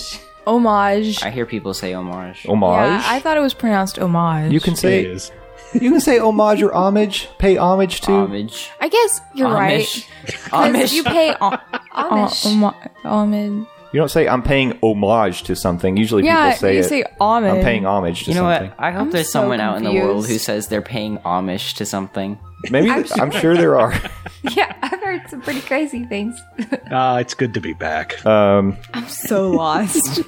[SPEAKER 6] Homage.
[SPEAKER 4] I hear people say homage.
[SPEAKER 6] Yeah,
[SPEAKER 3] Homage.
[SPEAKER 6] I thought it was pronounced homage.
[SPEAKER 3] you can
[SPEAKER 7] It
[SPEAKER 3] say
[SPEAKER 7] is.
[SPEAKER 3] you can say homage or homage. Pay homage to.
[SPEAKER 4] Homage.
[SPEAKER 6] I guess you're
[SPEAKER 4] Amish.
[SPEAKER 6] right.
[SPEAKER 4] Amish.
[SPEAKER 5] you pay o-
[SPEAKER 6] Uh,
[SPEAKER 5] Amish.
[SPEAKER 6] homo- homage.
[SPEAKER 3] You don't say I'm paying homage to something. Usually
[SPEAKER 6] Yeah,
[SPEAKER 3] people say
[SPEAKER 6] you
[SPEAKER 3] it.
[SPEAKER 6] say homage.
[SPEAKER 3] I'm paying homage to
[SPEAKER 4] You know
[SPEAKER 3] something.
[SPEAKER 4] what? I hope
[SPEAKER 6] I'm
[SPEAKER 4] there's
[SPEAKER 6] so
[SPEAKER 4] someone out in the world who
[SPEAKER 6] confused.
[SPEAKER 4] says they're paying Amish to something.
[SPEAKER 3] Maybe I'm sure, there are.
[SPEAKER 5] yeah, I've heard some pretty crazy things.
[SPEAKER 7] Ah, it's good to be back.
[SPEAKER 3] Um,
[SPEAKER 6] I'm so lost.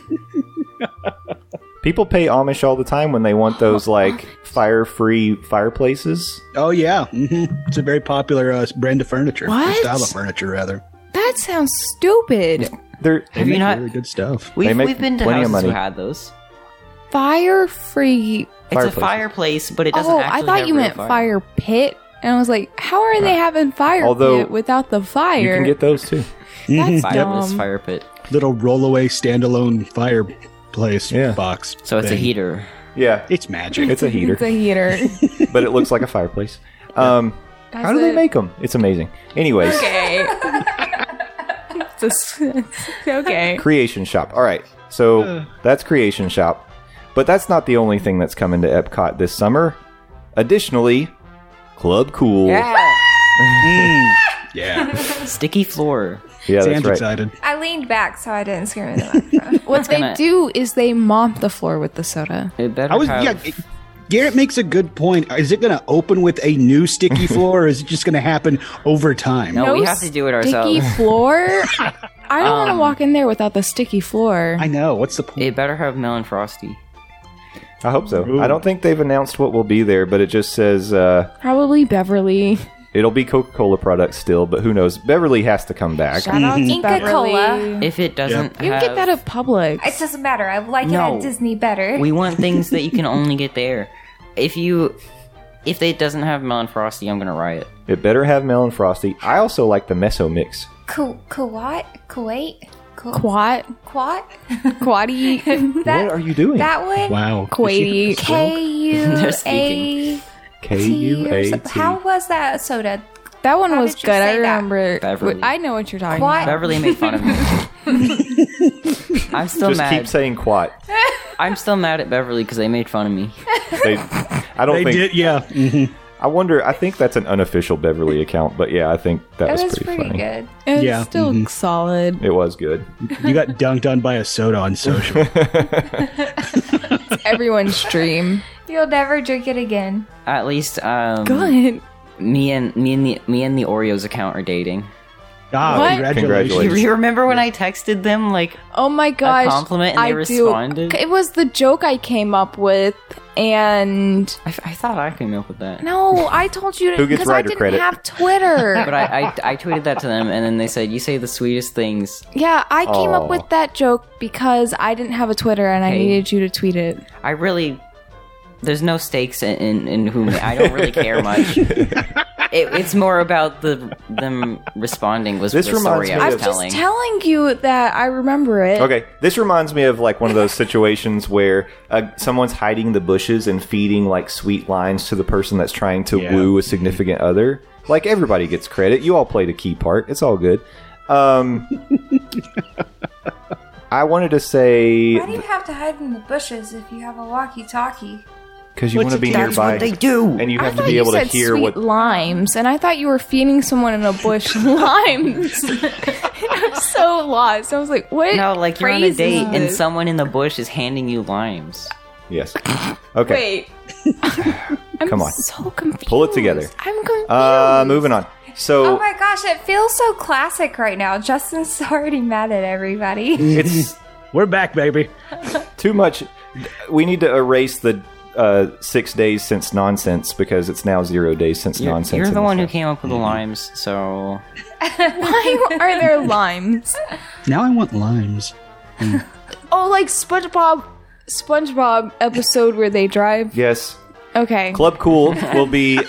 [SPEAKER 3] people pay Amish all the time when they want those like fire-free fireplaces.
[SPEAKER 7] Oh yeah, hmm it's a very popular uh, brand of furniture, or
[SPEAKER 6] What?
[SPEAKER 7] style of furniture rather.
[SPEAKER 6] that sounds stupid.
[SPEAKER 3] They're
[SPEAKER 7] They
[SPEAKER 4] Have you
[SPEAKER 7] make
[SPEAKER 4] not-
[SPEAKER 7] really good stuff?
[SPEAKER 4] We've,
[SPEAKER 3] make
[SPEAKER 4] we've been to
[SPEAKER 3] plenty of
[SPEAKER 4] houses who
[SPEAKER 3] money.
[SPEAKER 4] had those.
[SPEAKER 6] Fire free.
[SPEAKER 4] It's a
[SPEAKER 3] Fireplaces.
[SPEAKER 4] fireplace, but it doesn't
[SPEAKER 6] Oh,
[SPEAKER 4] actually
[SPEAKER 6] I thought
[SPEAKER 4] have
[SPEAKER 6] you
[SPEAKER 4] real
[SPEAKER 6] meant fire. pit, and I was like, how are they having fire
[SPEAKER 3] Although,
[SPEAKER 6] pit without the fire?
[SPEAKER 3] You can get those too.
[SPEAKER 6] That's
[SPEAKER 4] Fireless
[SPEAKER 6] dumb.
[SPEAKER 4] fire pit.
[SPEAKER 7] Little rollaway standalone fireplace
[SPEAKER 3] Yeah.
[SPEAKER 7] box.
[SPEAKER 4] So it's a
[SPEAKER 7] thing.
[SPEAKER 4] heater.
[SPEAKER 3] Yeah,
[SPEAKER 7] It's magic.
[SPEAKER 3] it's a heater,
[SPEAKER 6] It's a heater.
[SPEAKER 3] but it looks like a fireplace. Um, how
[SPEAKER 6] Does
[SPEAKER 3] do they
[SPEAKER 6] it?
[SPEAKER 3] make them? It's amazing. Anyways,
[SPEAKER 6] okay. it's a s- it's okay.
[SPEAKER 3] Creation Shop. All right, so that's Creation Shop, but that's not the only thing that's coming to Epcot this summer. Additionally, Club Cool.
[SPEAKER 7] yeah,
[SPEAKER 4] Sticky floor.
[SPEAKER 3] Yeah,
[SPEAKER 7] Sam's
[SPEAKER 3] that's right.
[SPEAKER 7] excited.
[SPEAKER 5] I leaned back so I didn't scream in the microphone.
[SPEAKER 6] What they
[SPEAKER 4] gonna-
[SPEAKER 6] do is they mop the floor with the soda.
[SPEAKER 4] It better
[SPEAKER 7] I was
[SPEAKER 4] have-
[SPEAKER 7] yeah. it- Garrett makes a good point. Is it going to open with a new sticky floor, or is it just going to happen over time?
[SPEAKER 4] No, we have to do it
[SPEAKER 6] Sticky
[SPEAKER 4] ourselves.
[SPEAKER 6] floor. I don't want to walk in there without the sticky floor.
[SPEAKER 7] I know. What's the point?
[SPEAKER 4] It better have melon frosty.
[SPEAKER 3] I hope so.
[SPEAKER 7] Ooh.
[SPEAKER 3] I don't think they've announced what will be there, but it just says uh,
[SPEAKER 6] Probably Beverly.
[SPEAKER 3] it'll be Coca Cola products still, but who knows? Beverly has to come back.
[SPEAKER 6] Shout out to
[SPEAKER 5] Inca Cola.
[SPEAKER 6] Beverly.
[SPEAKER 4] If it doesn't
[SPEAKER 6] You can
[SPEAKER 4] have,
[SPEAKER 6] get that at Publix.
[SPEAKER 5] It doesn't matter. I like it
[SPEAKER 4] No.
[SPEAKER 5] at Disney better.
[SPEAKER 4] we want things that you can only get there. If you, if it doesn't have melon frosty, I'm gonna riot.
[SPEAKER 3] It better have melon frosty. I also like the meso mix.
[SPEAKER 5] Ku- Kuwait? Kuwait? Ku-
[SPEAKER 6] Quat,
[SPEAKER 5] Quat?
[SPEAKER 6] quatty,
[SPEAKER 5] That-
[SPEAKER 3] what are you doing?
[SPEAKER 5] That one?
[SPEAKER 7] Wow.
[SPEAKER 6] quaity.
[SPEAKER 5] K U
[SPEAKER 4] They're
[SPEAKER 5] A
[SPEAKER 4] speaking.
[SPEAKER 3] K
[SPEAKER 5] T
[SPEAKER 3] U
[SPEAKER 5] or
[SPEAKER 3] A
[SPEAKER 5] so-
[SPEAKER 3] T.
[SPEAKER 5] How was that soda?
[SPEAKER 6] That one
[SPEAKER 5] How
[SPEAKER 6] was
[SPEAKER 5] did you
[SPEAKER 6] good. I
[SPEAKER 5] say that?
[SPEAKER 6] remember.
[SPEAKER 4] Beverly.
[SPEAKER 6] I know what you're talking
[SPEAKER 5] Quat?
[SPEAKER 6] about.
[SPEAKER 4] Beverly made fun of me. I'm still
[SPEAKER 3] Just
[SPEAKER 4] mad.
[SPEAKER 3] keep saying quat.
[SPEAKER 4] I'm still mad at Beverly because they made fun of me.
[SPEAKER 3] They, I don't
[SPEAKER 7] They
[SPEAKER 3] think.
[SPEAKER 7] did. Yeah. Mhm.
[SPEAKER 3] I wonder. I think that's an unofficial Beverly account, but yeah, I think that
[SPEAKER 5] That
[SPEAKER 3] was,
[SPEAKER 5] was
[SPEAKER 3] pretty,
[SPEAKER 5] pretty
[SPEAKER 3] funny.
[SPEAKER 5] good.
[SPEAKER 6] It was
[SPEAKER 7] Yeah,
[SPEAKER 6] still
[SPEAKER 7] mhm.
[SPEAKER 6] solid.
[SPEAKER 3] It was good.
[SPEAKER 7] You got dunked on by a soda on social.
[SPEAKER 6] Everyone's dream.
[SPEAKER 5] You'll never drink it again.
[SPEAKER 4] At least, um,
[SPEAKER 6] Good.
[SPEAKER 4] me and me and the me and the Oreos account are dating.
[SPEAKER 7] Ah,
[SPEAKER 6] What?
[SPEAKER 3] Congratulations.
[SPEAKER 7] congratulations.
[SPEAKER 4] You remember when I texted them like
[SPEAKER 6] Oh my gosh.
[SPEAKER 4] compliment and they
[SPEAKER 6] do-
[SPEAKER 4] responded?
[SPEAKER 6] It was the joke I came up with, and
[SPEAKER 4] I, I thought I came up with that.
[SPEAKER 6] no, I told you
[SPEAKER 3] Who
[SPEAKER 6] to
[SPEAKER 3] gets
[SPEAKER 6] because I
[SPEAKER 3] writer
[SPEAKER 6] didn't
[SPEAKER 3] credit?
[SPEAKER 6] have Twitter.
[SPEAKER 4] But I, I I tweeted that to them and then they said you say the sweetest things.
[SPEAKER 6] yeah, I came
[SPEAKER 3] Aw.
[SPEAKER 6] up with that joke because I didn't have a Twitter and I
[SPEAKER 4] Hey.
[SPEAKER 6] needed you to tweet it.
[SPEAKER 4] I really there's no stakes in in, in whom I don't really care much. It, it's more about the them responding was
[SPEAKER 3] This
[SPEAKER 4] the story
[SPEAKER 3] reminds
[SPEAKER 4] I
[SPEAKER 3] me
[SPEAKER 4] was
[SPEAKER 3] of-
[SPEAKER 6] I'm
[SPEAKER 4] telling.
[SPEAKER 6] just telling you that I remember it.
[SPEAKER 3] Okay, this reminds me of like one of those situations where uh, someone's hiding the bushes and feeding like sweet lines to the person that's trying to
[SPEAKER 7] Yeah.
[SPEAKER 3] woo a significant other. Like everybody gets credit. You all played a key part. It's all good. Um, I wanted to say
[SPEAKER 5] Why do you have to hide in the bushes if you have a walkie-talkie?
[SPEAKER 3] because you
[SPEAKER 7] What's
[SPEAKER 3] want to
[SPEAKER 7] it-
[SPEAKER 3] be
[SPEAKER 7] that's
[SPEAKER 3] nearby.
[SPEAKER 4] what they do.
[SPEAKER 3] and you
[SPEAKER 6] I
[SPEAKER 3] have to
[SPEAKER 6] thought
[SPEAKER 3] be
[SPEAKER 6] you
[SPEAKER 3] able to
[SPEAKER 6] said
[SPEAKER 3] hear
[SPEAKER 6] sweet
[SPEAKER 3] what.
[SPEAKER 6] limes, and I thought you were feeding someone in a bush limes. I'm so lost. I was like, "What?"
[SPEAKER 4] no, like you're on a
[SPEAKER 6] phrase
[SPEAKER 4] date
[SPEAKER 6] is
[SPEAKER 4] and
[SPEAKER 6] this?
[SPEAKER 4] someone in the bush is handing you limes.
[SPEAKER 3] Yes. Okay.
[SPEAKER 6] Wait. I'm
[SPEAKER 3] Come on.
[SPEAKER 6] so confused.
[SPEAKER 3] Pull it together.
[SPEAKER 6] I'm confused.
[SPEAKER 3] Uh, moving on. So
[SPEAKER 5] Oh my gosh, it feels so classic right now. Justin's already mad at everybody.
[SPEAKER 3] it's
[SPEAKER 7] We're back, baby.
[SPEAKER 3] too much. We need to erase the uh, six days since nonsense because it's now zero days since
[SPEAKER 4] You're,
[SPEAKER 3] nonsense.
[SPEAKER 4] you're
[SPEAKER 3] in Mm-hmm.
[SPEAKER 4] the
[SPEAKER 3] this
[SPEAKER 4] one who
[SPEAKER 3] episode.
[SPEAKER 4] came up with the limes, so
[SPEAKER 6] Why are there limes?
[SPEAKER 7] Now I want limes.
[SPEAKER 6] Oh, like SpongeBob, SpongeBob episode where they drive.
[SPEAKER 3] Yes,
[SPEAKER 6] Okay.
[SPEAKER 3] Club Cool will be.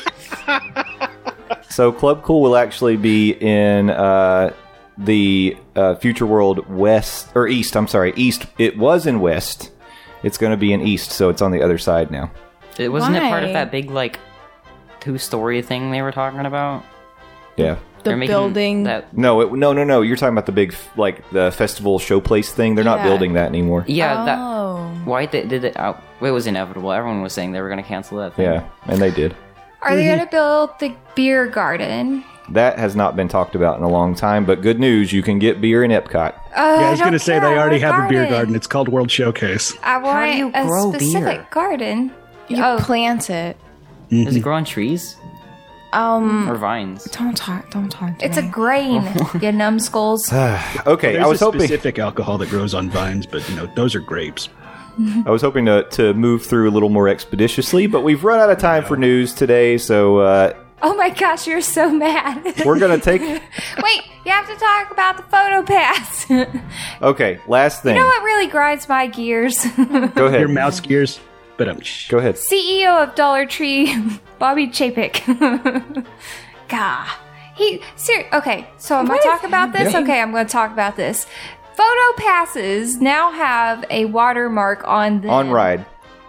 [SPEAKER 3] so Club Cool will actually be in uh, the uh, Future World West or East. I'm sorry, East. It was in West. It's going to be in East, so it's on the other side now.
[SPEAKER 4] it wasn't it part of
[SPEAKER 6] Why?
[SPEAKER 4] that big like two-story thing they were talking about.
[SPEAKER 3] Yeah.
[SPEAKER 4] They're
[SPEAKER 6] the
[SPEAKER 4] making
[SPEAKER 6] building.
[SPEAKER 4] that.
[SPEAKER 3] No, it, no, no, no. You're talking about the big, f- like the festival showplace thing. They're not
[SPEAKER 6] Yeah.
[SPEAKER 3] building that anymore.
[SPEAKER 4] Yeah, that.
[SPEAKER 6] Oh.
[SPEAKER 4] Why did, did it? Oh, it was inevitable. Everyone was saying they were going to cancel that thing.
[SPEAKER 3] Yeah, and they did.
[SPEAKER 5] Are they gonna build the beer garden?
[SPEAKER 3] That has not been talked about in a long time, but good news, you can get beer in Epcot.
[SPEAKER 5] Oh,
[SPEAKER 7] yeah, I was
[SPEAKER 5] don't
[SPEAKER 7] going to say
[SPEAKER 5] care,
[SPEAKER 7] they
[SPEAKER 5] I
[SPEAKER 7] already
[SPEAKER 5] want
[SPEAKER 7] have a beer garden. It's called World Showcase.
[SPEAKER 5] I want
[SPEAKER 4] do you
[SPEAKER 5] a
[SPEAKER 4] grow
[SPEAKER 5] specific
[SPEAKER 4] beer?
[SPEAKER 5] garden.
[SPEAKER 6] You
[SPEAKER 5] Oh.
[SPEAKER 6] plant it.
[SPEAKER 4] Does it grow on trees
[SPEAKER 6] Um.
[SPEAKER 4] or vines?
[SPEAKER 6] Don't talk. Don't talk. To
[SPEAKER 5] It's a
[SPEAKER 6] me.
[SPEAKER 5] grain, you numbskulls.
[SPEAKER 3] Okay,
[SPEAKER 7] There's
[SPEAKER 3] I was
[SPEAKER 7] a
[SPEAKER 3] hoping
[SPEAKER 7] specific alcohol that grows on vines, but you know those are grapes.
[SPEAKER 3] I was hoping to, to move through a little more expeditiously, but we've run out of time for news today, so uh,
[SPEAKER 5] Oh my gosh, you're so mad.
[SPEAKER 3] we're gonna take.
[SPEAKER 5] Wait, you have to talk about the photo pass. you
[SPEAKER 3] Okay, last thing.
[SPEAKER 5] know what really grinds my gears?
[SPEAKER 3] Go ahead.
[SPEAKER 7] Your mouse gears, but um, shh.
[SPEAKER 3] Go ahead.
[SPEAKER 5] CEO E of Dollar Tree, Bobby Chapek. Gah. He, ser- okay, so am I talking about this? Okay, I'm going to talk about this. Photo passes now have a watermark on them.
[SPEAKER 3] On ride.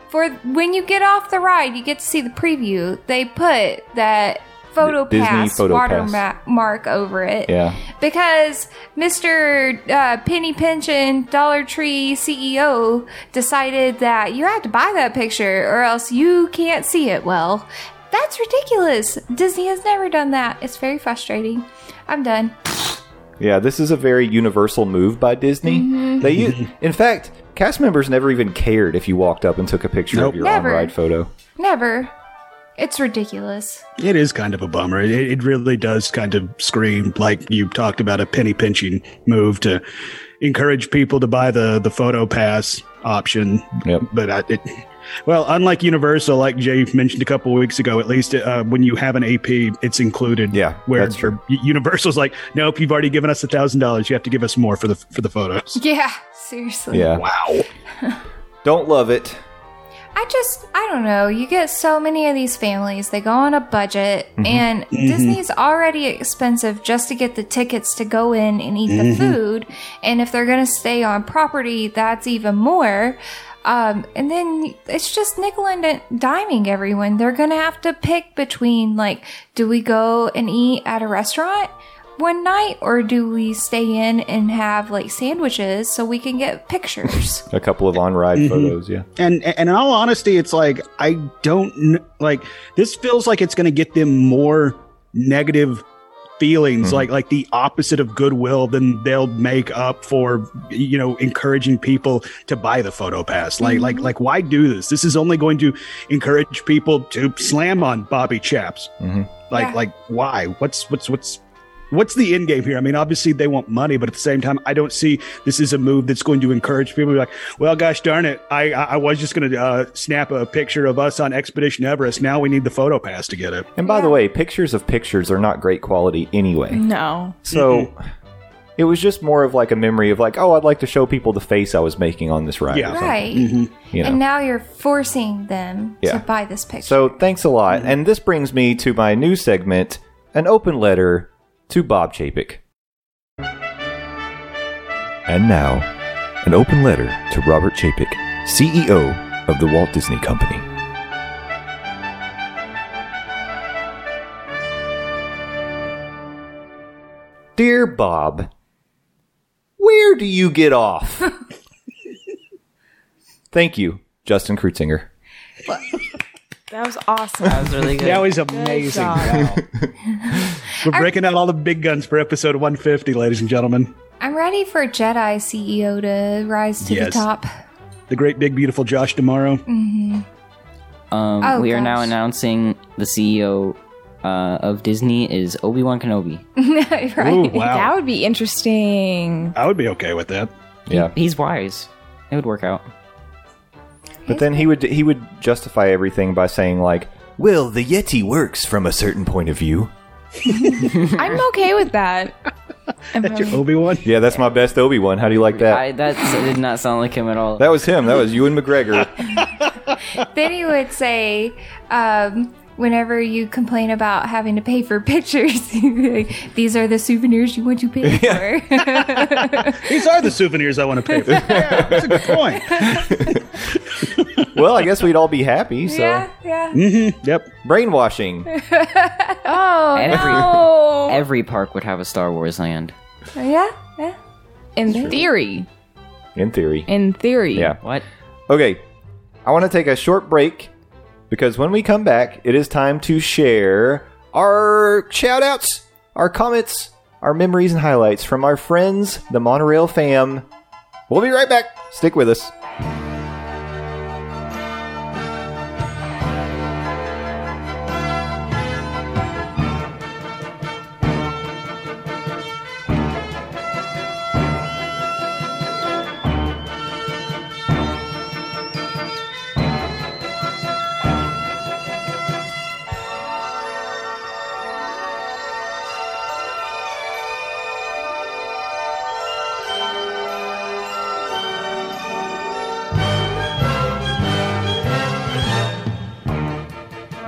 [SPEAKER 5] For when you get off the ride, you get to see the preview. They put that photo
[SPEAKER 3] Disney
[SPEAKER 5] pass
[SPEAKER 3] photo pass.
[SPEAKER 5] watermark over it.
[SPEAKER 3] Yeah.
[SPEAKER 5] because Mr. Uh, Penny Pension Dollar Tree CEO decided that you had to buy that picture or else you can't see it well. That's ridiculous. Disney has never done that. It's very frustrating. I'm done.
[SPEAKER 3] Yeah, this is a very universal move by Disney.
[SPEAKER 5] Mm-hmm.
[SPEAKER 3] They, u-
[SPEAKER 7] Mm-hmm.
[SPEAKER 3] in fact, cast members never even cared if you walked up and took a picture
[SPEAKER 7] Nope.
[SPEAKER 3] of your
[SPEAKER 5] Never.
[SPEAKER 3] on-ride photo.
[SPEAKER 5] Never. It's ridiculous.
[SPEAKER 7] It is kind of a bummer. It, it really does kind of scream like you talked about a penny pinching move to encourage people to buy the the photo pass option.
[SPEAKER 3] Yep.
[SPEAKER 7] But I, it, well, unlike Universal, like Jay mentioned a couple weeks ago, at least uh, when you have an AP, it's included.
[SPEAKER 3] Yeah,
[SPEAKER 7] where
[SPEAKER 3] that's true.
[SPEAKER 7] U- Universal's like, nope, you've already given us a thousand dollars. You have to give us more for the for the photos.
[SPEAKER 5] Yeah, seriously.
[SPEAKER 3] Yeah.
[SPEAKER 7] Wow.
[SPEAKER 3] Don't love it.
[SPEAKER 5] I just, I don't know. You get so many of these families, they go on a budget, and Disney's already expensive just to get the tickets to go in and eat the food. And if they're going to stay on property, that's even more. Um, and then it's just nickel and diming everyone. They're going to have to pick between, like, do we go and eat at a restaurant? One night, or do we stay in and have like sandwiches so we can get pictures?
[SPEAKER 3] A couple of on-ride
[SPEAKER 7] Mm-hmm.
[SPEAKER 3] photos. Yeah.
[SPEAKER 7] and and in all honesty it's like i don't kn- like this feels like it's going to get them more negative feelings like like the opposite of goodwill then they'll make up for you know encouraging people to buy the photo pass like like like why do this this is only going to encourage people to slam on bobby chaps
[SPEAKER 3] Mhm.
[SPEAKER 7] like
[SPEAKER 5] Yeah.
[SPEAKER 7] like why what's what's what's what's the end game here i mean obviously they want money but at the same time i don't see this is a move that's going to encourage people to be like well gosh darn it i i, I was just going to uh, snap a picture of us on expedition everest now we need the photo pass to get it
[SPEAKER 3] And by the way, pictures of pictures are not great quality anyway.
[SPEAKER 6] No.
[SPEAKER 3] So it was just more of like a memory of like, oh, I'd like to show people the face I was making on this ride. or
[SPEAKER 7] Yeah.
[SPEAKER 3] something,
[SPEAKER 5] Right.
[SPEAKER 3] You know.
[SPEAKER 5] And now you're forcing them
[SPEAKER 3] Yeah.
[SPEAKER 5] to buy this picture.
[SPEAKER 3] so thanks a lot. And this brings me to my new segment, an open letter to Bob Chapek.
[SPEAKER 2] And now, an open letter to Robert Chapek,
[SPEAKER 3] E
[SPEAKER 2] CEO of the Walt Disney Company.
[SPEAKER 3] Dear Bob, where do you get off? Thank you, Justin Krutzinger.
[SPEAKER 6] That was awesome.
[SPEAKER 4] That was really good.
[SPEAKER 7] that was amazing
[SPEAKER 6] job.
[SPEAKER 7] Wow. we're breaking out all the big guns for episode 150 ladies and gentlemen
[SPEAKER 5] I'm ready for Jedi CEO to rise to
[SPEAKER 7] Yes.
[SPEAKER 5] the top.
[SPEAKER 7] the great big beautiful josh tomorrow
[SPEAKER 4] um,
[SPEAKER 5] Oh,
[SPEAKER 4] we are now
[SPEAKER 5] gosh.
[SPEAKER 4] announcing the CEO uh, of Disney is Obi Wan Kenobi.
[SPEAKER 5] right?
[SPEAKER 7] Ooh, wow
[SPEAKER 6] That would be interesting.
[SPEAKER 7] i would be okay with that
[SPEAKER 3] Yeah.
[SPEAKER 4] He's wise. It would work out.
[SPEAKER 3] But then he would he would justify everything by saying like, "Well, the Yeti works from a certain point of view."
[SPEAKER 6] I'm okay with that. I'm really-
[SPEAKER 7] Obi Wan.
[SPEAKER 3] Yeah, that's my best Obi Wan. How do you like that?
[SPEAKER 4] I, that did not sound like him at all.
[SPEAKER 3] that was him. That was Ewan McGregor.
[SPEAKER 5] Then he would say, um, whenever you complain about having to pay for pictures, he'd be like, these are the souvenirs you want to pay for.
[SPEAKER 7] These are the souvenirs I want to pay for. yeah, that's a good point.
[SPEAKER 3] well, I guess we'd all be happy. So
[SPEAKER 5] yeah, yeah.
[SPEAKER 7] Yep.
[SPEAKER 3] brainwashing.
[SPEAKER 6] oh,
[SPEAKER 4] And every-
[SPEAKER 6] no.
[SPEAKER 4] Every park would have a Star Wars land.
[SPEAKER 5] Yeah, yeah.
[SPEAKER 6] in theory.
[SPEAKER 3] In theory.
[SPEAKER 6] In theory.
[SPEAKER 3] Yeah.
[SPEAKER 4] What?
[SPEAKER 3] Okay. I want to take a short break because when we come back, it is time to share our shout outs, our comments, our memories and highlights from our friends, the Monorail fam. We'll be right back. Stick with us.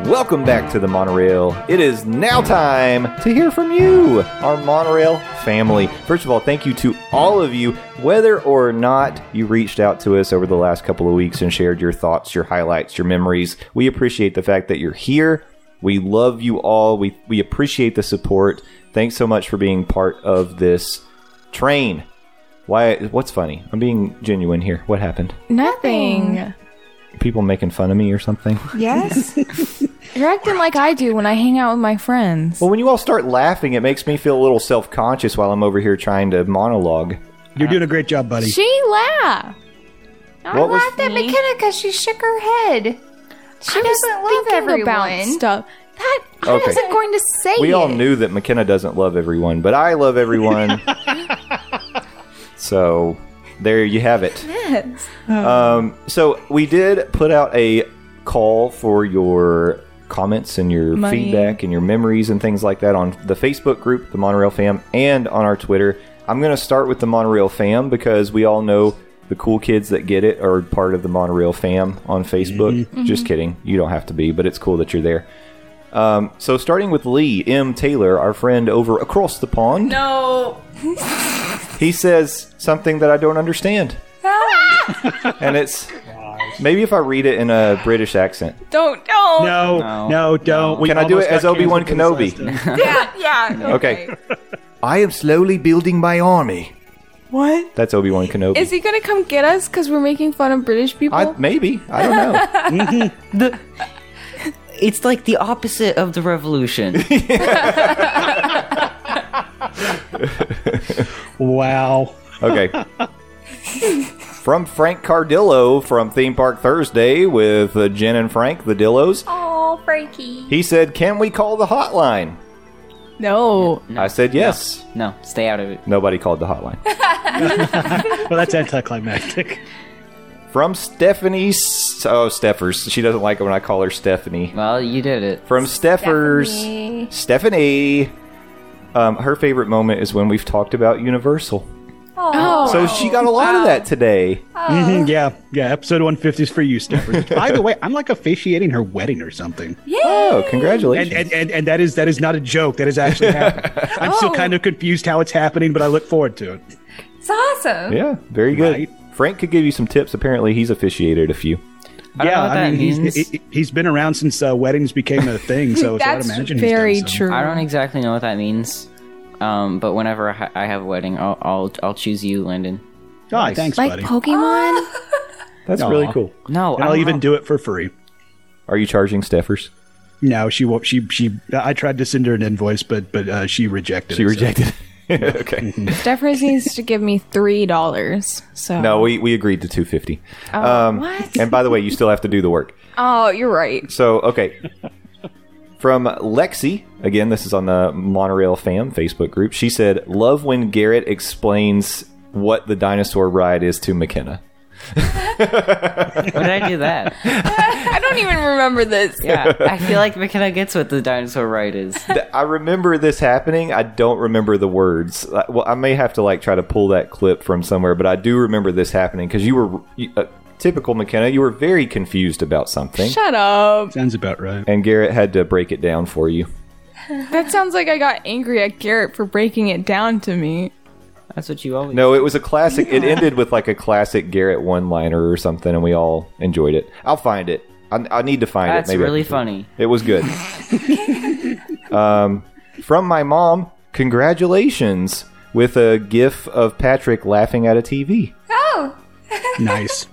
[SPEAKER 3] Welcome back to the Monorail. It is now time to hear from you, our Monorail family. First of all, thank you to all of you, whether or not you reached out to us over the last couple of weeks and shared your thoughts, your highlights, your memories. We appreciate the fact that you're here. We love you all. We, we appreciate the support. Thanks so much for being part of this train. Why? What's funny? I'm being genuine here. What happened?
[SPEAKER 6] Nothing.
[SPEAKER 3] People making fun of me or something?
[SPEAKER 5] Yes.
[SPEAKER 6] You're acting like I do when I hang out with my friends.
[SPEAKER 3] Well, when you all start laughing, it makes me feel a little self conscious while I'm over here trying to monologue.
[SPEAKER 7] You're doing a great job, buddy.
[SPEAKER 6] she laughed.
[SPEAKER 5] I
[SPEAKER 3] What was-
[SPEAKER 5] laughed at McKenna because she shook her head. She
[SPEAKER 6] I was
[SPEAKER 5] doesn't love
[SPEAKER 6] thinking about
[SPEAKER 5] everyone.
[SPEAKER 6] stuff. That I
[SPEAKER 3] Okay.
[SPEAKER 6] wasn't going to say.
[SPEAKER 3] We all
[SPEAKER 6] it.
[SPEAKER 3] knew that McKenna doesn't love everyone, but I love everyone. so there you have it.
[SPEAKER 6] Yes.
[SPEAKER 3] Um, so we did put out a call for your comments and your
[SPEAKER 6] Money.
[SPEAKER 3] feedback and your memories and things like that on the Facebook group, the Monorail Fam, and on our Twitter. I'm going to start with the Monorail Fam because we all know the cool kids that get it are part of the Monorail Fam on Facebook. Just kidding. You don't have to be, but it's cool that you're there. Um, so starting with Lee M. Taylor, our friend over across the pond,
[SPEAKER 6] No.
[SPEAKER 3] he says something that I don't understand. and it's maybe if I read it in a British accent.
[SPEAKER 6] Don't. Don't.
[SPEAKER 7] No,
[SPEAKER 4] No.
[SPEAKER 7] no, don't. We
[SPEAKER 3] Can I do
[SPEAKER 7] almost
[SPEAKER 3] it as
[SPEAKER 7] got
[SPEAKER 3] Obi-Wan
[SPEAKER 7] canceled this last time.
[SPEAKER 6] Yeah. Yeah.
[SPEAKER 3] Okay. I am slowly building my army.
[SPEAKER 6] What?
[SPEAKER 3] That's Obi Wan Kenobi.
[SPEAKER 6] Is he gonna come get us because we're making fun of British people?
[SPEAKER 3] I, maybe I don't know.
[SPEAKER 4] It's like the opposite of the revolution.
[SPEAKER 7] Wow.
[SPEAKER 3] Okay. from Frank Cardillo from Theme Park Thursday with uh, Jen and Frank the Dillos.
[SPEAKER 5] Oh, Frankie.
[SPEAKER 3] He said, "Can we call the hotline?"
[SPEAKER 6] no.
[SPEAKER 3] I said, "Yes."
[SPEAKER 4] no, stay out of it.
[SPEAKER 3] Nobody called the hotline.
[SPEAKER 7] Well, that's anticlimactic.
[SPEAKER 3] from Stephanie, S- oh Steffers, she doesn't like it when I call her Stephanie.
[SPEAKER 4] Well, you did it.
[SPEAKER 3] From Steffers,
[SPEAKER 5] Stephanie.
[SPEAKER 3] Stephanie. Um, her favorite moment is when we've talked about Universal.
[SPEAKER 5] Oh,
[SPEAKER 3] So she got a lot of that today.
[SPEAKER 6] Oh.
[SPEAKER 7] Mhm, yeah, yeah. Episode 150 is for you, Stefford. By the way, I'm like officiating her wedding or something.
[SPEAKER 3] Oh,
[SPEAKER 7] And,
[SPEAKER 3] congratulations.
[SPEAKER 7] and, and and that is that is not a joke. That is actually happening. I'm
[SPEAKER 6] Oh.
[SPEAKER 7] still kind of confused how it's happening, but I look forward to it.
[SPEAKER 5] it's awesome.
[SPEAKER 3] yeah, very good.
[SPEAKER 7] Right.
[SPEAKER 3] Frank could give you some tips. Apparently, he's officiated a few.
[SPEAKER 4] don't know
[SPEAKER 7] yeah,
[SPEAKER 4] what that
[SPEAKER 7] I mean,
[SPEAKER 4] means.
[SPEAKER 7] he's he, he's been around since uh, weddings became a thing, so, so I'd
[SPEAKER 6] That's
[SPEAKER 7] imagine he's done
[SPEAKER 6] very
[SPEAKER 7] some.
[SPEAKER 6] true.
[SPEAKER 4] I don't exactly know what that means. Um, but whenever I, ha- I have a wedding, I'll, I'll I'll choose you, Lyndon.
[SPEAKER 7] Nice. Thanks,
[SPEAKER 6] like
[SPEAKER 7] buddy.
[SPEAKER 6] Pokemon.
[SPEAKER 3] That's
[SPEAKER 7] Aw.
[SPEAKER 3] really cool.
[SPEAKER 4] No,
[SPEAKER 7] and I'll
[SPEAKER 6] uh-huh.
[SPEAKER 7] even do it for free.
[SPEAKER 3] Are you charging Steffers?
[SPEAKER 7] No, she won't. She she. I tried to send her an invoice, but but uh, she rejected.
[SPEAKER 3] She
[SPEAKER 7] it, so-
[SPEAKER 3] rejected. okay.
[SPEAKER 6] Jeffers needs to give me three dollars. So
[SPEAKER 3] No, we, we agreed to 250.
[SPEAKER 6] Oh, what?
[SPEAKER 3] And by the way, you still have to do the work.
[SPEAKER 6] Oh, you're right.
[SPEAKER 3] So, okay. From Lexi, again, this is on the Monorail Fam Facebook group. She said, Love when Garrett explains what the dinosaur ride is to McKenna.
[SPEAKER 4] When did I do that?
[SPEAKER 6] I don't even remember this.
[SPEAKER 4] Yeah, I feel like McKenna gets what the dinosaur ride is.
[SPEAKER 3] Th- I remember this happening. I don't remember the words. Uh, Well, I may have to like try to pull that clip from somewhere, but I do remember this happening because you were you, uh, typical McKenna. You were very confused about something,
[SPEAKER 6] Shut up.
[SPEAKER 7] Sounds about right.
[SPEAKER 3] and Garrett had to break it down for you.
[SPEAKER 6] That sounds like I got angry at Garrett for breaking it down to me.
[SPEAKER 4] That's what you always.
[SPEAKER 3] No, it was a classic. It ended with like a classic Garrett one-liner or something, and we all enjoyed it. I'll find it. I, I need to find
[SPEAKER 4] That's
[SPEAKER 3] it. Maybe I
[SPEAKER 4] really
[SPEAKER 3] can find
[SPEAKER 4] funny.
[SPEAKER 3] It It was good. um, from my mom, congratulations with a gif of Patrick laughing at a TV.
[SPEAKER 5] Oh,
[SPEAKER 7] Nice.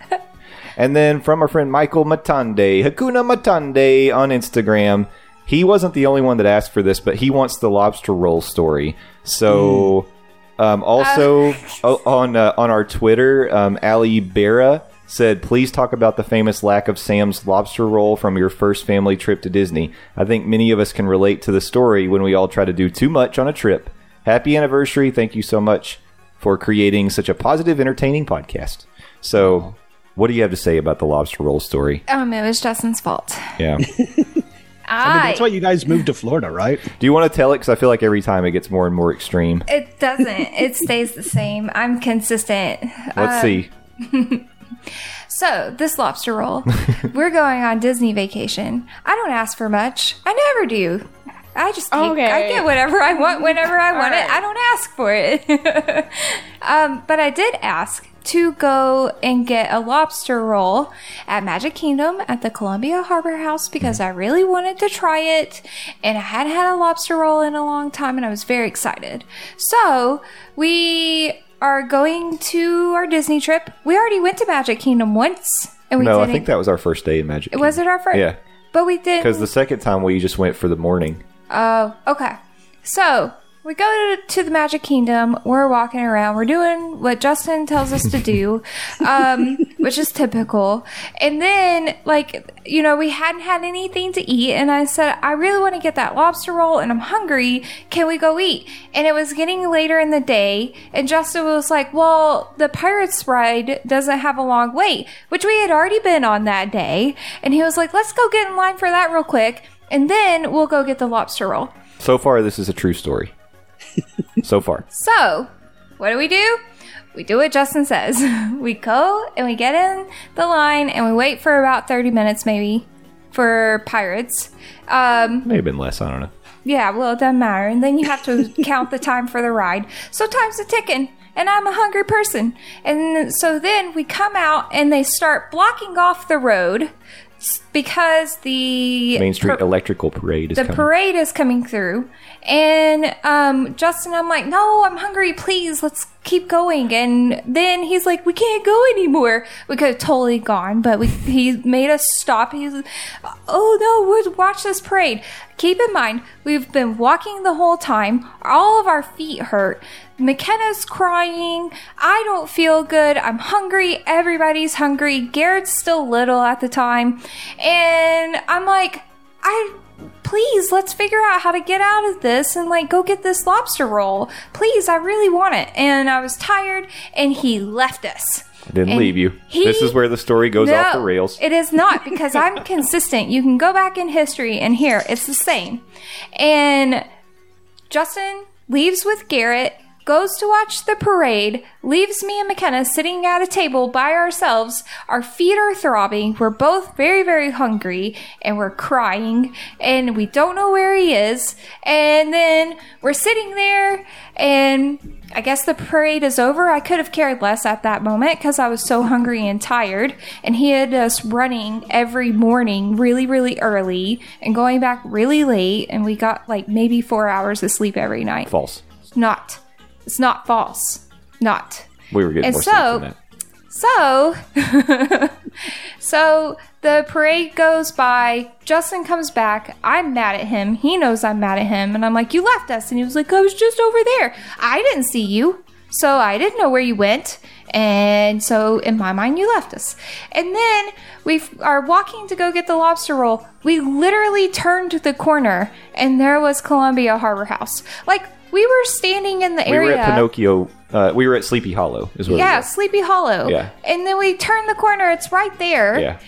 [SPEAKER 3] And then from our friend Michael Matande, Hakuna Matande on Instagram. He wasn't the only one that asked for this, but he wants the lobster roll story.
[SPEAKER 4] Mm.
[SPEAKER 3] So, um, also o- on uh, on our Twitter, um, Ali Bera said, "Please talk about the famous lack of Sam's lobster roll from your first family trip to Disney. I think many of us can relate to the story when we all try to do too much on a trip. Happy anniversary! Thank you so much for creating such a positive, entertaining podcast." So. What do you have to say about the lobster roll story?
[SPEAKER 5] um, it was Justin's fault.
[SPEAKER 3] Yeah. do
[SPEAKER 7] I mean,
[SPEAKER 5] I.
[SPEAKER 7] that's why you guys moved to Florida, right?
[SPEAKER 3] you want to tell it? Because I feel like every time it gets more and more extreme.
[SPEAKER 5] it doesn't. It stays the same. I'm consistent.
[SPEAKER 3] Let's see.
[SPEAKER 5] So, this lobster roll, we're going on Disney vacation. I don't ask for much. I never do. I just take, I
[SPEAKER 6] Okay.
[SPEAKER 5] get whatever I want whenever I want it.
[SPEAKER 6] right.
[SPEAKER 5] I don't ask for it. um, but I did ask to go and get a lobster roll at Magic Kingdom at the Columbia Harbor House because
[SPEAKER 3] Mm.
[SPEAKER 5] I really wanted to try it and I hadn't had a lobster roll in a long time and I was very excited. So, we are going to our Disney trip. We already went to Magic Kingdom once and we
[SPEAKER 3] No, I
[SPEAKER 5] didn't
[SPEAKER 3] think that was our first day in Magic. Kingdom.
[SPEAKER 5] was it our first?
[SPEAKER 3] Yeah.
[SPEAKER 5] But we didn't
[SPEAKER 3] Because the second time we just went for the morning.
[SPEAKER 5] Oh, okay. So we go to, to the Magic Kingdom. We're walking around. We're doing what Justin tells us to do, um, which is typical. And then, like, you know, we hadn't had anything to eat. And I said, I really want to get that lobster roll and I'm hungry. Can we go eat? And it was getting later in the day. And Justin was like, Well, the Pirates ride doesn't have a long wait, which we had already been on that day. And he was like, Let's go get in line for that real quick and then we'll go get the lobster roll.
[SPEAKER 3] So far, this is a true story. so far.
[SPEAKER 5] So, what do we do? We do what Justin says. We go and we get in the line and we wait for about 30 minutes, maybe, for pirates. Um,
[SPEAKER 3] May have been less. I don't know.
[SPEAKER 5] yeah, well, it doesn't matter. And then you have to count the time for the ride. So, time's a ticking, and I'm a hungry person. And so then we come out and they start blocking off the road s- because the
[SPEAKER 3] Main Street
[SPEAKER 5] per-
[SPEAKER 3] Electrical Parade is
[SPEAKER 5] the
[SPEAKER 3] coming.
[SPEAKER 5] parade is coming through and um, justin i'm like no i'm hungry please let's keep going and then he's like we can't go anymore we could have totally gone but we, he made us stop he's oh no we'll watch this parade keep in mind we've been walking the whole time all of our feet hurt mckenna's crying i don't feel good i'm hungry everybody's hungry garrett's still little at the time and i'm like I please let's figure out how to get out of this and like go get this lobster roll. Please, I really want it. And I was tired and he left us.
[SPEAKER 3] Didn't
[SPEAKER 5] and
[SPEAKER 3] leave you.
[SPEAKER 5] he-
[SPEAKER 3] this is where the story goes off the rails.
[SPEAKER 5] It is not because I'm consistent. You can go back in history and here it's the same. And Justin leaves with Garrett, goes to watch the parade, leaves me and McKenna sitting at a table by ourselves. Our feet are throbbing. We're both very, very hungry and we're crying and we don't know where he is. And then we're sitting there and I guess the parade is over. I could have cared less at that moment because I was so hungry and tired. And he had us running every morning really, really early and going back really late. And we got like maybe four hours of sleep every night.
[SPEAKER 3] False.
[SPEAKER 5] It's not. It's not false. Not.
[SPEAKER 3] We were getting
[SPEAKER 5] And
[SPEAKER 3] more
[SPEAKER 5] so-
[SPEAKER 3] sleep than that.
[SPEAKER 5] So, so the parade goes by. Justin comes back. I'm mad at him. He knows I'm mad at him, and I'm like, "You left us," and he was like, "I was just over there. I didn't see you, so I didn't know where you went." And so, in my mind, you left us. And then we f- are walking to go get the lobster roll. We literally turned the corner, and there was Columbia Harbor House. Like We were standing in the
[SPEAKER 3] We were
[SPEAKER 5] area.
[SPEAKER 3] at Pinocchio. Uh, we were at Sleepy Hollow, is what
[SPEAKER 5] yeah,
[SPEAKER 3] it
[SPEAKER 5] Sleepy Hollow.
[SPEAKER 3] Yeah.
[SPEAKER 5] And then we turn the corner, it's right there.
[SPEAKER 3] was. Yeah.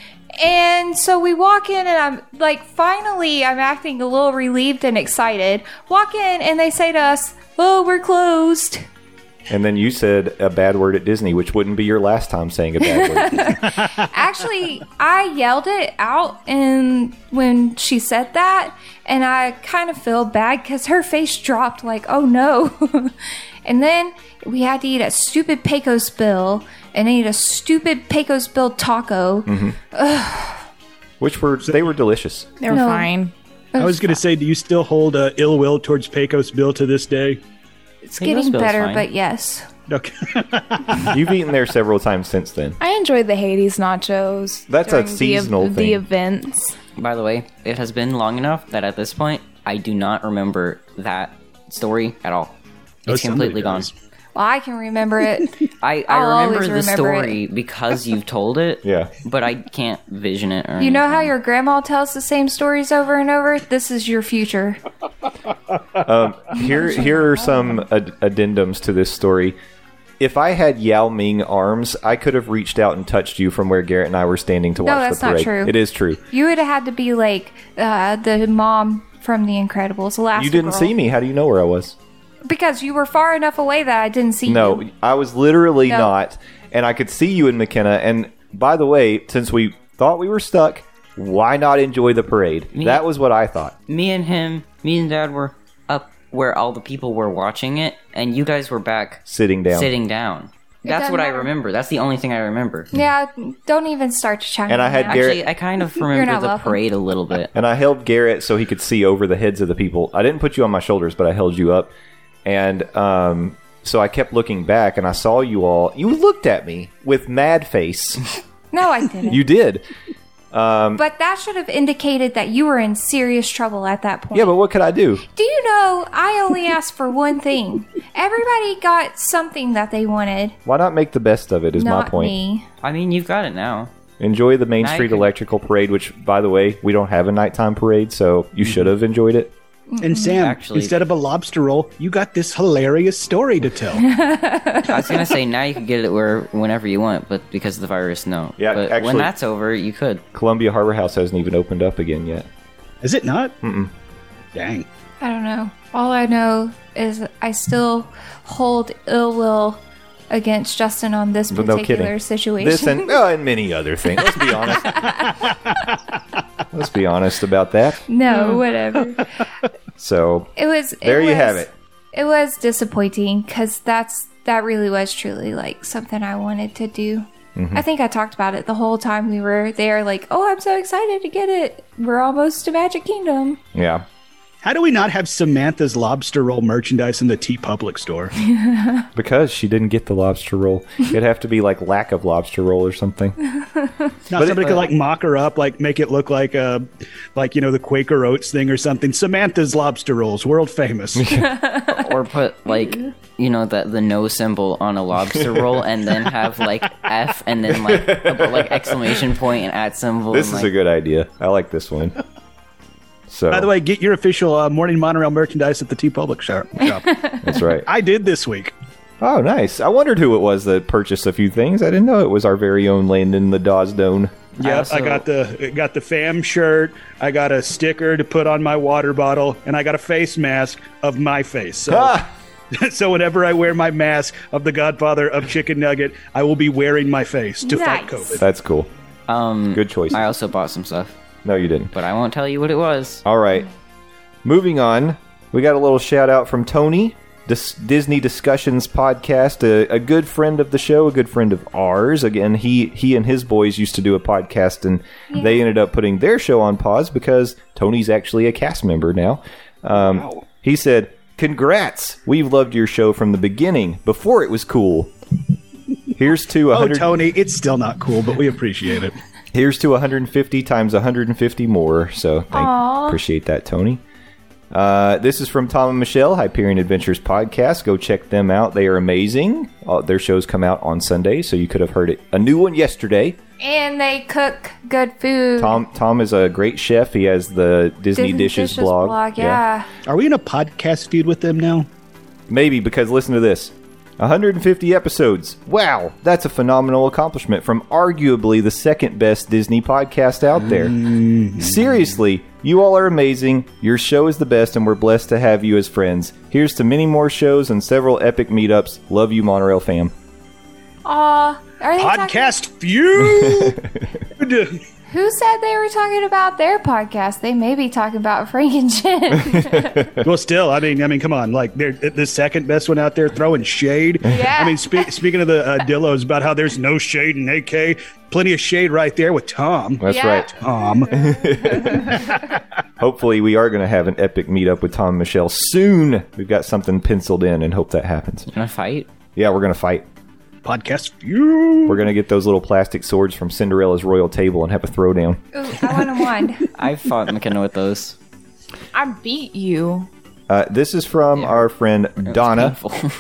[SPEAKER 5] And so we walk in, and I'm like, finally, I'm acting a little relieved and excited. Walk in, and they say to us, Oh, we're closed.
[SPEAKER 3] And then you said a bad word at Disney, which wouldn't be your last time saying a bad word.
[SPEAKER 5] Actually, I yelled it out and when she said that, and I kind of feel bad because her face dropped like, oh no. and then we had to eat a stupid Pecos bill and ate a stupid Pecos bill taco.
[SPEAKER 3] Which were they were delicious.
[SPEAKER 6] They were
[SPEAKER 5] No.
[SPEAKER 6] fine.
[SPEAKER 7] I was going to say, do you still hold uh, ill will towards Pecos Bill to this day?
[SPEAKER 5] It's
[SPEAKER 4] Pecos
[SPEAKER 5] getting
[SPEAKER 4] bill's
[SPEAKER 5] better,
[SPEAKER 4] fine.
[SPEAKER 5] but yes.
[SPEAKER 7] Okay.
[SPEAKER 3] You've eaten there several times since then.
[SPEAKER 6] I enjoyed the Hades nachos.
[SPEAKER 3] That's a
[SPEAKER 6] during the ev-
[SPEAKER 3] seasonal
[SPEAKER 6] the,
[SPEAKER 3] thing.
[SPEAKER 6] events.
[SPEAKER 4] By the way, it has been long enough that at this point, I do not remember that story at all.
[SPEAKER 7] Oh,
[SPEAKER 4] It's completely
[SPEAKER 7] somebody
[SPEAKER 4] gone.
[SPEAKER 7] does.
[SPEAKER 5] Well, I can remember it.
[SPEAKER 4] I,
[SPEAKER 5] I'll
[SPEAKER 4] I remember
[SPEAKER 5] always
[SPEAKER 4] the
[SPEAKER 5] remember it.
[SPEAKER 4] story because you've told it,
[SPEAKER 3] Yeah.
[SPEAKER 4] but I can't vision it. Or
[SPEAKER 5] you know how your grandma tells the same stories over and over? This is your future.
[SPEAKER 3] Here, here are some ad- addendums to this story. If I had Yao Ming arms, I could have reached out and touched you from where Garrett and I were standing to watch
[SPEAKER 5] that's
[SPEAKER 3] the
[SPEAKER 5] not
[SPEAKER 3] parade.
[SPEAKER 5] true.
[SPEAKER 3] It is true.
[SPEAKER 5] You would have had to be like uh, the mom from The Incredibles, Elastigirl.
[SPEAKER 3] you didn't see me. How do you know where I was?
[SPEAKER 5] Because you were far enough away that I didn't see you.
[SPEAKER 3] No, I was literally
[SPEAKER 5] No.
[SPEAKER 3] not. And I could see you in McKenna. And by the way, since we thought we were stuck, why not enjoy the parade? That was what I thought.
[SPEAKER 4] me and him, me and Dad were up where all the people were watching it, and you guys were back
[SPEAKER 3] Sitting down.
[SPEAKER 4] sitting down. That's
[SPEAKER 5] doesn't
[SPEAKER 4] what I
[SPEAKER 5] matter.
[SPEAKER 4] remember. That's the only thing I remember.
[SPEAKER 5] Yeah, don't even start to chime
[SPEAKER 3] And I
[SPEAKER 5] in
[SPEAKER 3] had
[SPEAKER 5] now.
[SPEAKER 3] Garrett-
[SPEAKER 4] Actually, I kind of remember
[SPEAKER 5] not
[SPEAKER 4] the
[SPEAKER 5] welcome.
[SPEAKER 4] parade a little bit.
[SPEAKER 3] And I held Garrett so he could see over the heads of the people. I didn't put you on my shoulders, but I held you up. And um, so I kept looking back and I saw you all. You looked at me with mad face.
[SPEAKER 5] No, I didn't.
[SPEAKER 3] you did.
[SPEAKER 5] but that should have indicated that you were in serious trouble at that point.
[SPEAKER 3] Yeah, but what could I do?
[SPEAKER 5] Do you know, I only asked for one thing. Everybody got something that they wanted,
[SPEAKER 3] Why not make the best of it, is
[SPEAKER 5] not
[SPEAKER 3] my point.
[SPEAKER 5] me.
[SPEAKER 4] I mean, you've got it now.
[SPEAKER 3] Enjoy the Main
[SPEAKER 4] Now you
[SPEAKER 3] Street
[SPEAKER 4] can-
[SPEAKER 3] Electrical Parade, which, by the way, we don't have a nighttime parade, so
[SPEAKER 5] Mm-hmm.
[SPEAKER 3] you should have enjoyed it.
[SPEAKER 7] And Sam,
[SPEAKER 4] Actually-
[SPEAKER 7] instead of a lobster roll, you got this hilarious story to tell.
[SPEAKER 4] I was gonna say now you can get it where whenever you want, but because of the virus, no.
[SPEAKER 3] Yeah,
[SPEAKER 4] but when
[SPEAKER 3] actually-
[SPEAKER 4] that's over, you could.
[SPEAKER 3] Columbia Harbor House hasn't even opened up again yet.
[SPEAKER 7] Is it not? Mm-mm. Dang.
[SPEAKER 5] I don't know. All I know is I still hold ill will against Justin on this
[SPEAKER 3] But no
[SPEAKER 5] particular
[SPEAKER 3] kidding.
[SPEAKER 5] situation.
[SPEAKER 3] This and, oh, and many other things. Let's be honest. Let's be honest about that.
[SPEAKER 5] no, whatever.
[SPEAKER 3] So
[SPEAKER 5] It was. it
[SPEAKER 3] there you
[SPEAKER 5] was-
[SPEAKER 3] have it.
[SPEAKER 5] It was disappointing because that's that really was truly like something I wanted to do.
[SPEAKER 3] Mm-hmm.
[SPEAKER 5] I think I talked about it the whole time we were there. Like, oh, I'm so excited to get it. We're almost to Magic Kingdom.
[SPEAKER 3] Yeah.
[SPEAKER 7] How do we not have Samantha's lobster roll merchandise in the T Public store?
[SPEAKER 3] Because she didn't get the lobster roll. It'd have to be like lack of lobster roll or something.
[SPEAKER 7] Now somebody could like mock her up, like make it look like uh, like you know the Quaker Oats thing or something. Samantha's lobster rolls, world famous.
[SPEAKER 4] Or put like you know the the no symbol on a lobster roll, and then have like F, and then like a- like exclamation point and at symbol.
[SPEAKER 3] This
[SPEAKER 4] and,
[SPEAKER 3] is
[SPEAKER 4] like,
[SPEAKER 3] a good idea. I like this one. So
[SPEAKER 7] By the way, get your official uh, morning monorail merchandise at the T Public shop. shop.
[SPEAKER 3] that's right.
[SPEAKER 7] I did this week.
[SPEAKER 3] Oh, nice. I wondered who it was that purchased a few things. I didn't know it was our very own Landon the Dosdone.
[SPEAKER 7] Yep,
[SPEAKER 4] also-
[SPEAKER 7] I got the got the fam shirt. I got a sticker to put on my water bottle, and I got a face mask of my face. So,
[SPEAKER 3] Ah!
[SPEAKER 7] so whenever I wear my mask of the Godfather of Chicken Nugget, I will be wearing my face to fight
[SPEAKER 5] Nice.
[SPEAKER 7] COVID.
[SPEAKER 3] That's cool. Um, Good choice.
[SPEAKER 4] I also bought some stuff,
[SPEAKER 3] no, you didn't.
[SPEAKER 4] but I won't tell you what it was.
[SPEAKER 3] All right. Moving on, we got a little shout out from Tony, Dis- Disney Discussions podcast, a, a good friend of the show, a good friend of ours. Again, he he and his boys used to do a podcast, and they ended up putting their show on pause because Tony's actually a cast member now. Um, He said, "Congrats! We've loved your show from the beginning, before it was cool." Here's to
[SPEAKER 7] Oh,
[SPEAKER 3] 100
[SPEAKER 7] Tony, it's still not cool, but we appreciate it.
[SPEAKER 3] Here's to 150 times 150 more. So thank, appreciate that, Tony. Uh, this is from Tom and Michelle, Hyperion Adventures podcast. Go check them out. They are amazing. Uh, their shows come out on Sunday, so you could have heard it a new one yesterday.
[SPEAKER 5] And they cook good food.
[SPEAKER 3] Tom Tom is a great chef. He has the Disney,
[SPEAKER 5] Disney
[SPEAKER 3] Dishes, blog.
[SPEAKER 5] yeah.
[SPEAKER 7] Are we in a podcast feud with them now?
[SPEAKER 3] Maybe because listen to this 150 episodes. Wow, that's a phenomenal accomplishment from arguably the second best Disney podcast out there. Seriously, you all are amazing. Your show is the best, and we're blessed to have you as friends. Here's to many more shows and several epic meetups. Love you, Monorail fam.
[SPEAKER 5] Aw, are they Talking,
[SPEAKER 7] Podcast feud.
[SPEAKER 5] who said they were talking about their podcast? They may be talking about Frank and Jen.
[SPEAKER 7] well, still, I mean, I mean, come on, like they're the second best one out there throwing shade.
[SPEAKER 5] Yeah.
[SPEAKER 7] I mean, spe- speaking of the uh, Dillos about how there's no shade in AK, plenty of shade right there with Tom.
[SPEAKER 3] That's
[SPEAKER 5] Yeah.
[SPEAKER 3] right.
[SPEAKER 7] Tom.
[SPEAKER 3] Hopefully, we are going to have an epic meetup with Tom and Michelle soon. We've got something penciled in and hope that happens.
[SPEAKER 4] In a fight?
[SPEAKER 3] Yeah, we're going to fight.
[SPEAKER 7] Podcast feud.
[SPEAKER 3] We're going to get those little plastic swords from Cinderella's royal table and have a throwdown.
[SPEAKER 5] Ooh, I want a wand.
[SPEAKER 4] I fought McKenna with those.
[SPEAKER 6] I beat you.
[SPEAKER 3] Uh, this is from our friend Donna
[SPEAKER 4] Painful.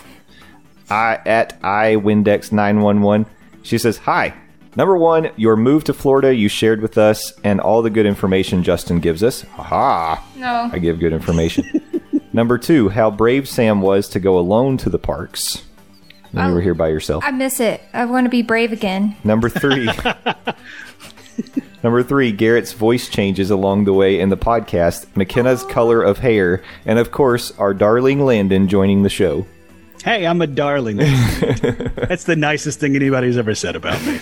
[SPEAKER 3] I, at iWindex911. She says, Hi. Number one, your move to Florida you shared with us and all the good information Justin gives us. Haha.
[SPEAKER 5] No.
[SPEAKER 3] I give good information. Number two, how brave Sam was to go alone to the parks when you were here by yourself.
[SPEAKER 5] I miss it. I want to be brave again.
[SPEAKER 3] Number three. Number three, Garrett's voice changes along the way in the podcast, McKenna's color of hair, and of course, our darling Landon joining the show.
[SPEAKER 7] Hey, I'm a darling. That's the nicest thing anybody's ever said about me.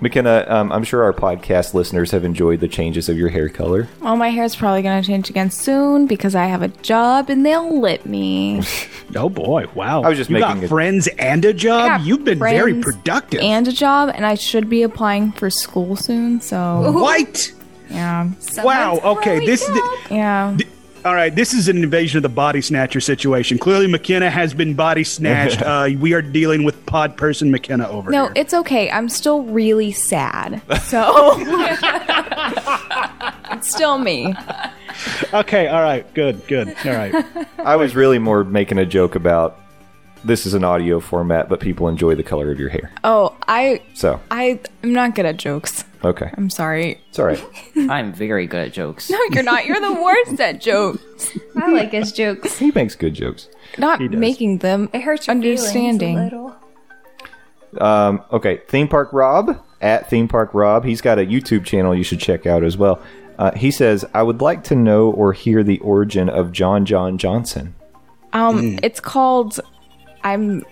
[SPEAKER 3] McKenna, um, I'm sure our podcast listeners have enjoyed the changes of your hair color.
[SPEAKER 6] Well, my hair's probably gonna change again soon because I have a job and they'll let me.
[SPEAKER 7] Oh boy! Wow.
[SPEAKER 3] I was just
[SPEAKER 7] you
[SPEAKER 3] making
[SPEAKER 7] got
[SPEAKER 3] a-
[SPEAKER 7] friends and a job.
[SPEAKER 6] got
[SPEAKER 7] You've been very
[SPEAKER 6] friends
[SPEAKER 7] productive.
[SPEAKER 6] and a job, and I should be applying for school soon. So
[SPEAKER 7] White.
[SPEAKER 6] yeah,
[SPEAKER 7] Wow.
[SPEAKER 5] Someone's
[SPEAKER 7] Okay.
[SPEAKER 5] growing
[SPEAKER 7] This.
[SPEAKER 5] up.
[SPEAKER 7] Th-
[SPEAKER 6] yeah.
[SPEAKER 7] All right, this is an invasion of the body snatcher situation. Clearly, McKenna has been body snatched. uh, we are dealing with pod person McKenna over
[SPEAKER 6] No,
[SPEAKER 7] here.
[SPEAKER 6] it's okay. I'm still really sad. So it's still me.
[SPEAKER 7] okay, all right, good, good. All right.
[SPEAKER 3] I was really more making a joke about this is an audio format, but people enjoy the color of your hair.
[SPEAKER 6] Oh, I
[SPEAKER 3] So,
[SPEAKER 6] I I'm not good at jokes.
[SPEAKER 3] okay.
[SPEAKER 6] I'm sorry.
[SPEAKER 3] It's all right.
[SPEAKER 4] I'm very good at jokes.
[SPEAKER 6] No, you're not. You're the worst at jokes.
[SPEAKER 5] I like his jokes.
[SPEAKER 3] He makes good jokes.
[SPEAKER 6] Not making them.
[SPEAKER 5] It hurts your feelings a
[SPEAKER 6] understanding.
[SPEAKER 5] little.
[SPEAKER 3] Um, okay, Theme Park Rob at Theme Park Rob. He's got a YouTube channel you should check out as well. Uh, he says, "I would like to know or hear the origin of John John Johnson."
[SPEAKER 6] Um, it's called I'm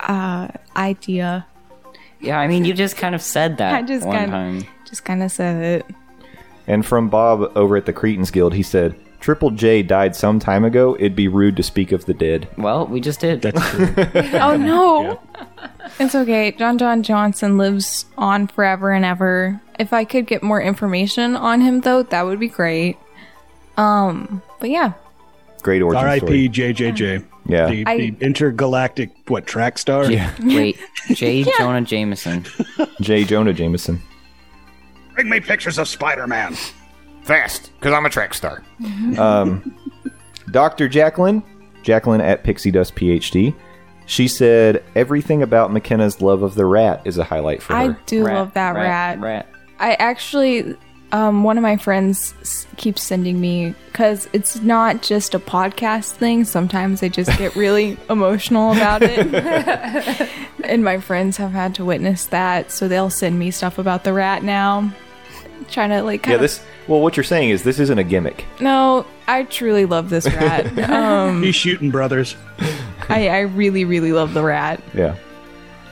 [SPEAKER 6] uh idea.
[SPEAKER 4] Yeah, I mean, you just kind of said that
[SPEAKER 6] I just
[SPEAKER 4] one
[SPEAKER 6] kinda-
[SPEAKER 4] time.
[SPEAKER 6] Just kind of said it.
[SPEAKER 3] And from Bob over at the Cretans Guild, he said, "Triple J died some time ago. It'd be rude to speak of the dead."
[SPEAKER 4] Well, we just did.
[SPEAKER 6] Oh no. It's okay. John John Johnson lives on forever and ever. If I could get more information on him though, that would be great. Um, but yeah.
[SPEAKER 3] Great origin
[SPEAKER 7] R.I.P.
[SPEAKER 3] story.
[SPEAKER 7] JJJ.
[SPEAKER 3] Yeah.
[SPEAKER 7] The,
[SPEAKER 6] I-
[SPEAKER 7] the intergalactic what track star?
[SPEAKER 4] Wait, J. Jonah Jameson.
[SPEAKER 3] J. Jonah Jameson.
[SPEAKER 7] Bring me pictures of Spider-Man.
[SPEAKER 3] Fast, because I'm a track star. um, Dr. Jacqueline, Jacqueline at Pixie Dust PhD, she said everything about McKenna's love of the rat is a highlight for
[SPEAKER 6] I
[SPEAKER 3] her.
[SPEAKER 6] do love that rat.
[SPEAKER 4] Rat.
[SPEAKER 6] I actually um one of my friends s- keeps sending me cuz it's not just a podcast thing. Sometimes I just get really emotional about it. and my friends have had to witness that, so they'll send me stuff about the rat now. Trying to like kind
[SPEAKER 3] Yeah,
[SPEAKER 6] of
[SPEAKER 3] this. Well, what you're saying is this isn't a gimmick.
[SPEAKER 6] No, I truly love this rat. um,
[SPEAKER 7] He's shooting brothers.
[SPEAKER 6] I, I really, really love the rat.
[SPEAKER 3] Yeah.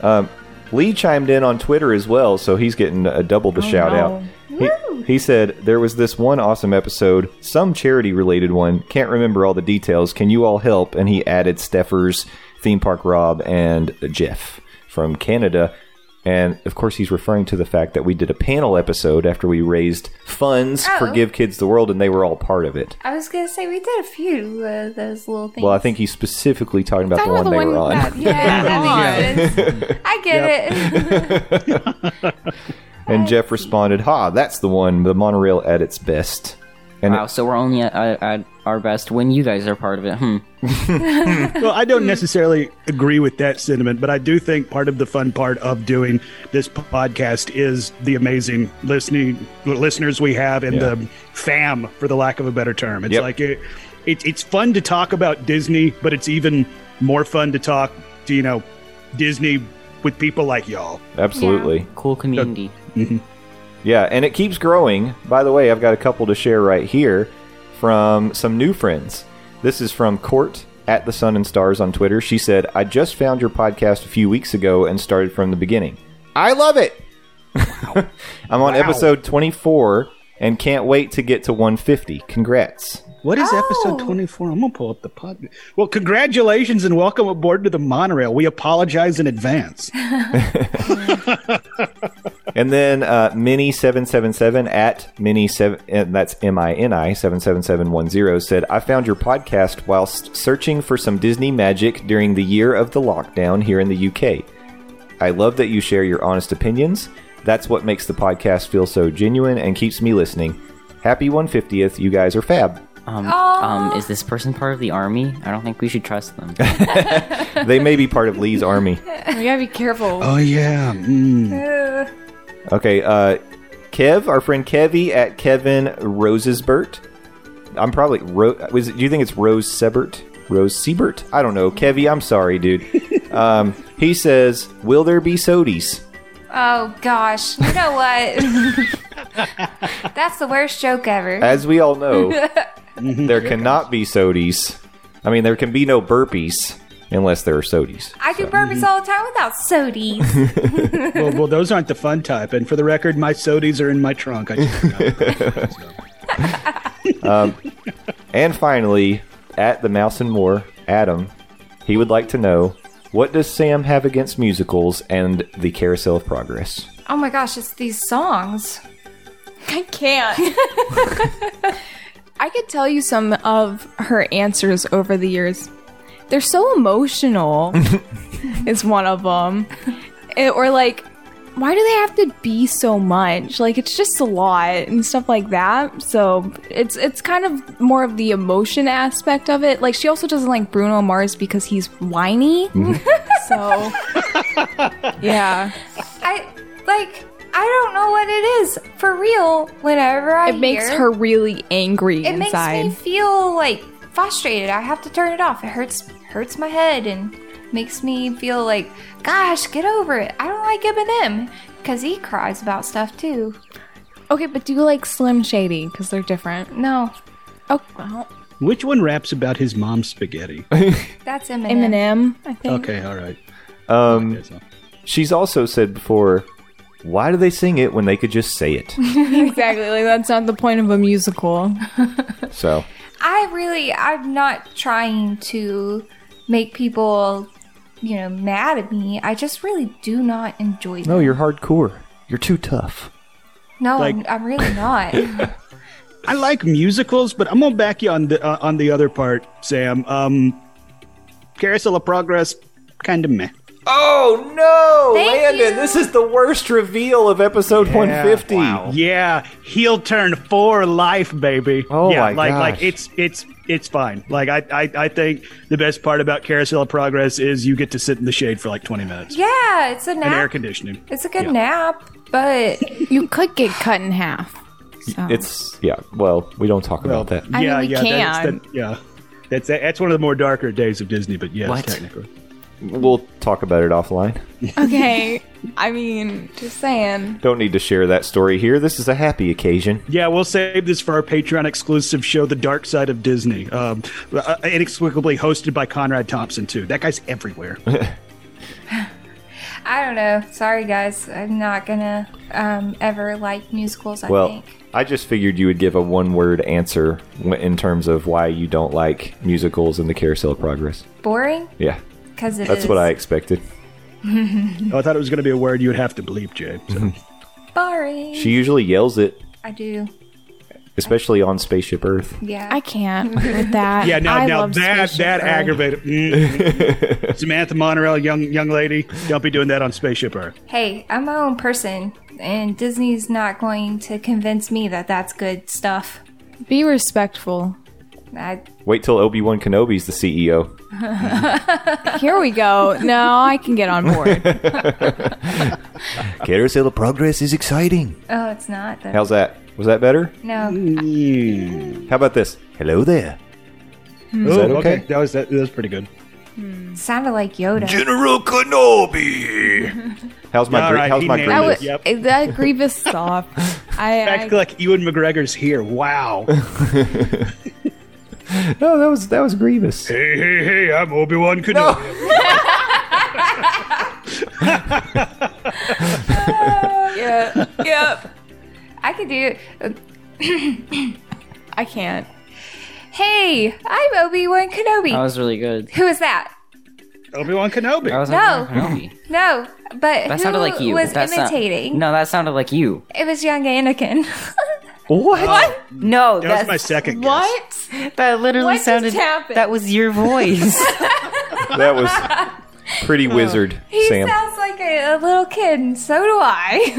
[SPEAKER 3] Um, Lee chimed in on Twitter as well, so he's getting a double the shout out. He, he said there was this one awesome episode, some charity related one. Can't remember all the details. Can you all help? And he added Steffers, Theme Park Rob, and Jeff from Canada. And of course, he's referring to the fact that we did a panel episode after we raised funds for
[SPEAKER 5] Oh.
[SPEAKER 3] Give Kids the World, and they were all part of it.
[SPEAKER 5] I was gonna say we did a few of those little things.
[SPEAKER 3] Well, I think he's specifically talking about the one they were on.
[SPEAKER 5] yeah, that makes sense. I get it.
[SPEAKER 3] And Jeff responded, "Ha, that's the one. The monorail at its best." And
[SPEAKER 4] Wow, so we're only at, at, at our best when you guys are part of it. Hmm.
[SPEAKER 7] Well, I don't necessarily agree with that sentiment, but I do think part of the fun part of doing this podcast is the amazing listening listeners we have and the fam, for the lack of a better term. It's
[SPEAKER 3] Yep.
[SPEAKER 7] like it, it, it's fun to talk about Disney, but it's even more fun to talk to, you know, Disney with people like y'all.
[SPEAKER 3] Absolutely.
[SPEAKER 4] Cool community.
[SPEAKER 3] Yeah, and it keeps growing. By the way, I've got a couple to share right here from some new friends. This is from Court at the Sun and Stars on Twitter. She said, I just found your podcast a few weeks ago and started from the beginning. I love it. I'm on episode 24 and can't wait to get to 150. Congrats.
[SPEAKER 7] What is episode 24? I'm going to pull up the pod. Well, congratulations and welcome aboard to the monorail. We apologize in advance.
[SPEAKER 3] And then uh, Mini seven seven seven at Mini seven and that's M I N I seven seven seven one zero said I found your podcast whilst searching for some Disney magic during the year of the lockdown here in the UK. I love that you share your honest opinions. That's what makes the podcast feel so genuine and keeps me listening. Happy 150th, you guys are fab.
[SPEAKER 4] Um,
[SPEAKER 5] Aw.
[SPEAKER 4] um, is this person part of the army? I don't think we should trust them.
[SPEAKER 3] They may be part of Lee's army.
[SPEAKER 6] We gotta be careful.
[SPEAKER 7] oh, yeah. Mm.
[SPEAKER 5] Ugh.
[SPEAKER 3] Okay, uh, Kev, our friend Kevy at Kevin Rosesbert. I'm probably Ro- was it, do you think it's Rose Sebert? Rose Siebert? I don't know. Kevy, I'm sorry, dude. um, he says, "Will there be sodies?"
[SPEAKER 5] Oh gosh, you know what? That's the worst joke ever.
[SPEAKER 3] As we all know, there cannot be sodies. I mean, there can be no burpees unless there are sodies.
[SPEAKER 5] I do burpees all the time without sodies.
[SPEAKER 7] well, well, those aren't the fun type. And for the record, my sodies are in my trunk. I just
[SPEAKER 3] And finally, at the Mouse and More, Adam, he would like to know what does Sam have against musicals and the Carousel of Progress?
[SPEAKER 5] oh my gosh, it's these songs.
[SPEAKER 6] I can't. I could tell you some of her answers over the years. They're so emotional, is one of them. or, like, why do they have to be so much? Like, it's just a lot and stuff like that. So, it's it's kind of more of the emotion aspect of it. Like, she also doesn't like Bruno Mars because he's whiny. so, yeah.
[SPEAKER 5] I like. I don't know what it is for real. Whenever I
[SPEAKER 6] It makes
[SPEAKER 5] hear-
[SPEAKER 6] her really angry
[SPEAKER 5] It
[SPEAKER 6] inside.
[SPEAKER 5] makes me feel like frustrated. I have to turn it off. It hurts hurts my head and makes me feel like, gosh, get over it. I don't like Eminem because he cries about stuff too.
[SPEAKER 6] Okay, but do you like Slim Shady? Because they're different.
[SPEAKER 5] No,
[SPEAKER 6] Oh, well,
[SPEAKER 7] Which one raps about his mom's spaghetti?
[SPEAKER 5] that's Eminem.
[SPEAKER 6] Eminem, I think.
[SPEAKER 7] Okay, all right.
[SPEAKER 3] Um,
[SPEAKER 7] Yes, uh,
[SPEAKER 3] She's also said before, why do they sing it when they could just say it?
[SPEAKER 6] Exactly. Like, that's not the point of a musical.
[SPEAKER 3] so,
[SPEAKER 5] I really, I'm not trying to make people, you know, mad at me. I just really do not enjoy them.
[SPEAKER 3] no, you're hardcore. You're too tough.
[SPEAKER 5] No, I'm,
[SPEAKER 7] like-
[SPEAKER 5] I'm really not.
[SPEAKER 7] I like musicals, but I'm gonna back you on the uh, on the other part, Sam. Um, Carousel of Progress, kind of meh.
[SPEAKER 3] Oh no,
[SPEAKER 5] Thank
[SPEAKER 3] Landon!
[SPEAKER 5] you.
[SPEAKER 3] This is the worst reveal of episode 150.
[SPEAKER 7] Yeah, heel turn for life, baby.
[SPEAKER 3] Oh
[SPEAKER 7] yeah,
[SPEAKER 3] my
[SPEAKER 7] like
[SPEAKER 3] gosh.
[SPEAKER 7] like it's it's it's fine. Like I, I I think the best part about Carousel of Progress is you get to sit in the shade for like 20 minutes
[SPEAKER 5] yeah, it's a
[SPEAKER 7] and air
[SPEAKER 5] nap.
[SPEAKER 7] conditioning.
[SPEAKER 5] It's a good nap, but
[SPEAKER 6] You could get cut in half. So.
[SPEAKER 3] It's yeah. Well, we don't talk about that.
[SPEAKER 6] I mean,
[SPEAKER 7] yeah,
[SPEAKER 6] we
[SPEAKER 7] yeah,
[SPEAKER 6] can.
[SPEAKER 7] That's, that, yeah. That's that's one of the more darker days of Disney, but yes,
[SPEAKER 4] What?
[SPEAKER 7] technically.
[SPEAKER 3] We'll talk about it offline.
[SPEAKER 6] okay. I mean, just saying.
[SPEAKER 3] Don't need to share that story here. This is a happy occasion.
[SPEAKER 7] Yeah, we'll save this for our Patreon exclusive show, The Dark Side of Disney, um, uh, inexplicably hosted by Conrad Thompson too. That guy's everywhere.
[SPEAKER 5] I don't know. Sorry, guys. I'm not gonna um, ever like musicals. I
[SPEAKER 3] Well,
[SPEAKER 5] think.
[SPEAKER 3] I just figured you would give a one-word answer w- in terms of why you don't like musicals and the Carousel of Progress.
[SPEAKER 5] Boring?
[SPEAKER 3] Yeah,
[SPEAKER 5] Because it
[SPEAKER 3] that's
[SPEAKER 5] is
[SPEAKER 3] what I expected.
[SPEAKER 7] Oh, I thought it was going to be a word you would have to bleep, Jay. So.
[SPEAKER 5] boring.
[SPEAKER 3] She usually yells it
[SPEAKER 5] I do.
[SPEAKER 3] especially on Spaceship Earth.
[SPEAKER 5] Yeah.
[SPEAKER 6] I can't with that.
[SPEAKER 7] Yeah, now
[SPEAKER 6] I
[SPEAKER 7] now
[SPEAKER 6] love
[SPEAKER 7] that
[SPEAKER 6] Spaceship
[SPEAKER 7] that
[SPEAKER 6] Earth.
[SPEAKER 7] aggravated Mm. Samantha Monorail, young young lady, don't be doing that on Spaceship Earth.
[SPEAKER 5] hey, I'm my own person, and Disney's not going to convince me that that's good stuff.
[SPEAKER 6] Be respectful.
[SPEAKER 5] I,
[SPEAKER 3] Wait till Obi Wan Kenobi's the E CEO.
[SPEAKER 6] Here we go. No, I can get on board.
[SPEAKER 3] Carousel of Progress is exciting.
[SPEAKER 5] oh, it's not. Though.
[SPEAKER 3] How's that? Was that better?
[SPEAKER 5] No.
[SPEAKER 3] How about this? Hello there.
[SPEAKER 7] Ooh,
[SPEAKER 3] that okay?
[SPEAKER 7] That was that, that was pretty good.
[SPEAKER 5] Sounded like Yoda.
[SPEAKER 3] General Kenobi. How's my
[SPEAKER 7] All
[SPEAKER 3] gre-
[SPEAKER 7] right,
[SPEAKER 3] how's
[SPEAKER 7] he
[SPEAKER 3] my
[SPEAKER 6] That
[SPEAKER 7] nailed Grievous.
[SPEAKER 6] was eh,
[SPEAKER 3] Grievous?
[SPEAKER 7] Yep.
[SPEAKER 6] that Grievous soft. I,
[SPEAKER 7] Act
[SPEAKER 6] I
[SPEAKER 7] like Ewan McGregor's here. Wow.
[SPEAKER 3] No, that was that was Grievous.
[SPEAKER 7] hey, hey, hey! I'm Obi Wan Kenobi.
[SPEAKER 5] Yeah. yep. I could do it.
[SPEAKER 6] I can't.
[SPEAKER 5] Hey, I'm Obi Wan Kenobi.
[SPEAKER 4] That was really good.
[SPEAKER 5] who is that?
[SPEAKER 7] Obi Wan Kenobi.
[SPEAKER 4] That was
[SPEAKER 5] No.
[SPEAKER 4] like, Kenobi.
[SPEAKER 5] No, but
[SPEAKER 4] That
[SPEAKER 5] who
[SPEAKER 4] sounded like you.
[SPEAKER 5] was
[SPEAKER 4] That sou-
[SPEAKER 5] imitating?
[SPEAKER 4] no, that sounded like you.
[SPEAKER 5] It was young Anakin.
[SPEAKER 3] What?
[SPEAKER 4] No,
[SPEAKER 7] that
[SPEAKER 4] that's
[SPEAKER 7] was my second guess.
[SPEAKER 6] What?
[SPEAKER 4] That literally
[SPEAKER 6] What just
[SPEAKER 4] sounded.
[SPEAKER 6] happened?
[SPEAKER 4] That was your voice.
[SPEAKER 3] That was pretty
[SPEAKER 7] Oh.
[SPEAKER 3] wizard,
[SPEAKER 5] he
[SPEAKER 3] Sam.
[SPEAKER 5] sounds like a, a little kid, and so do I.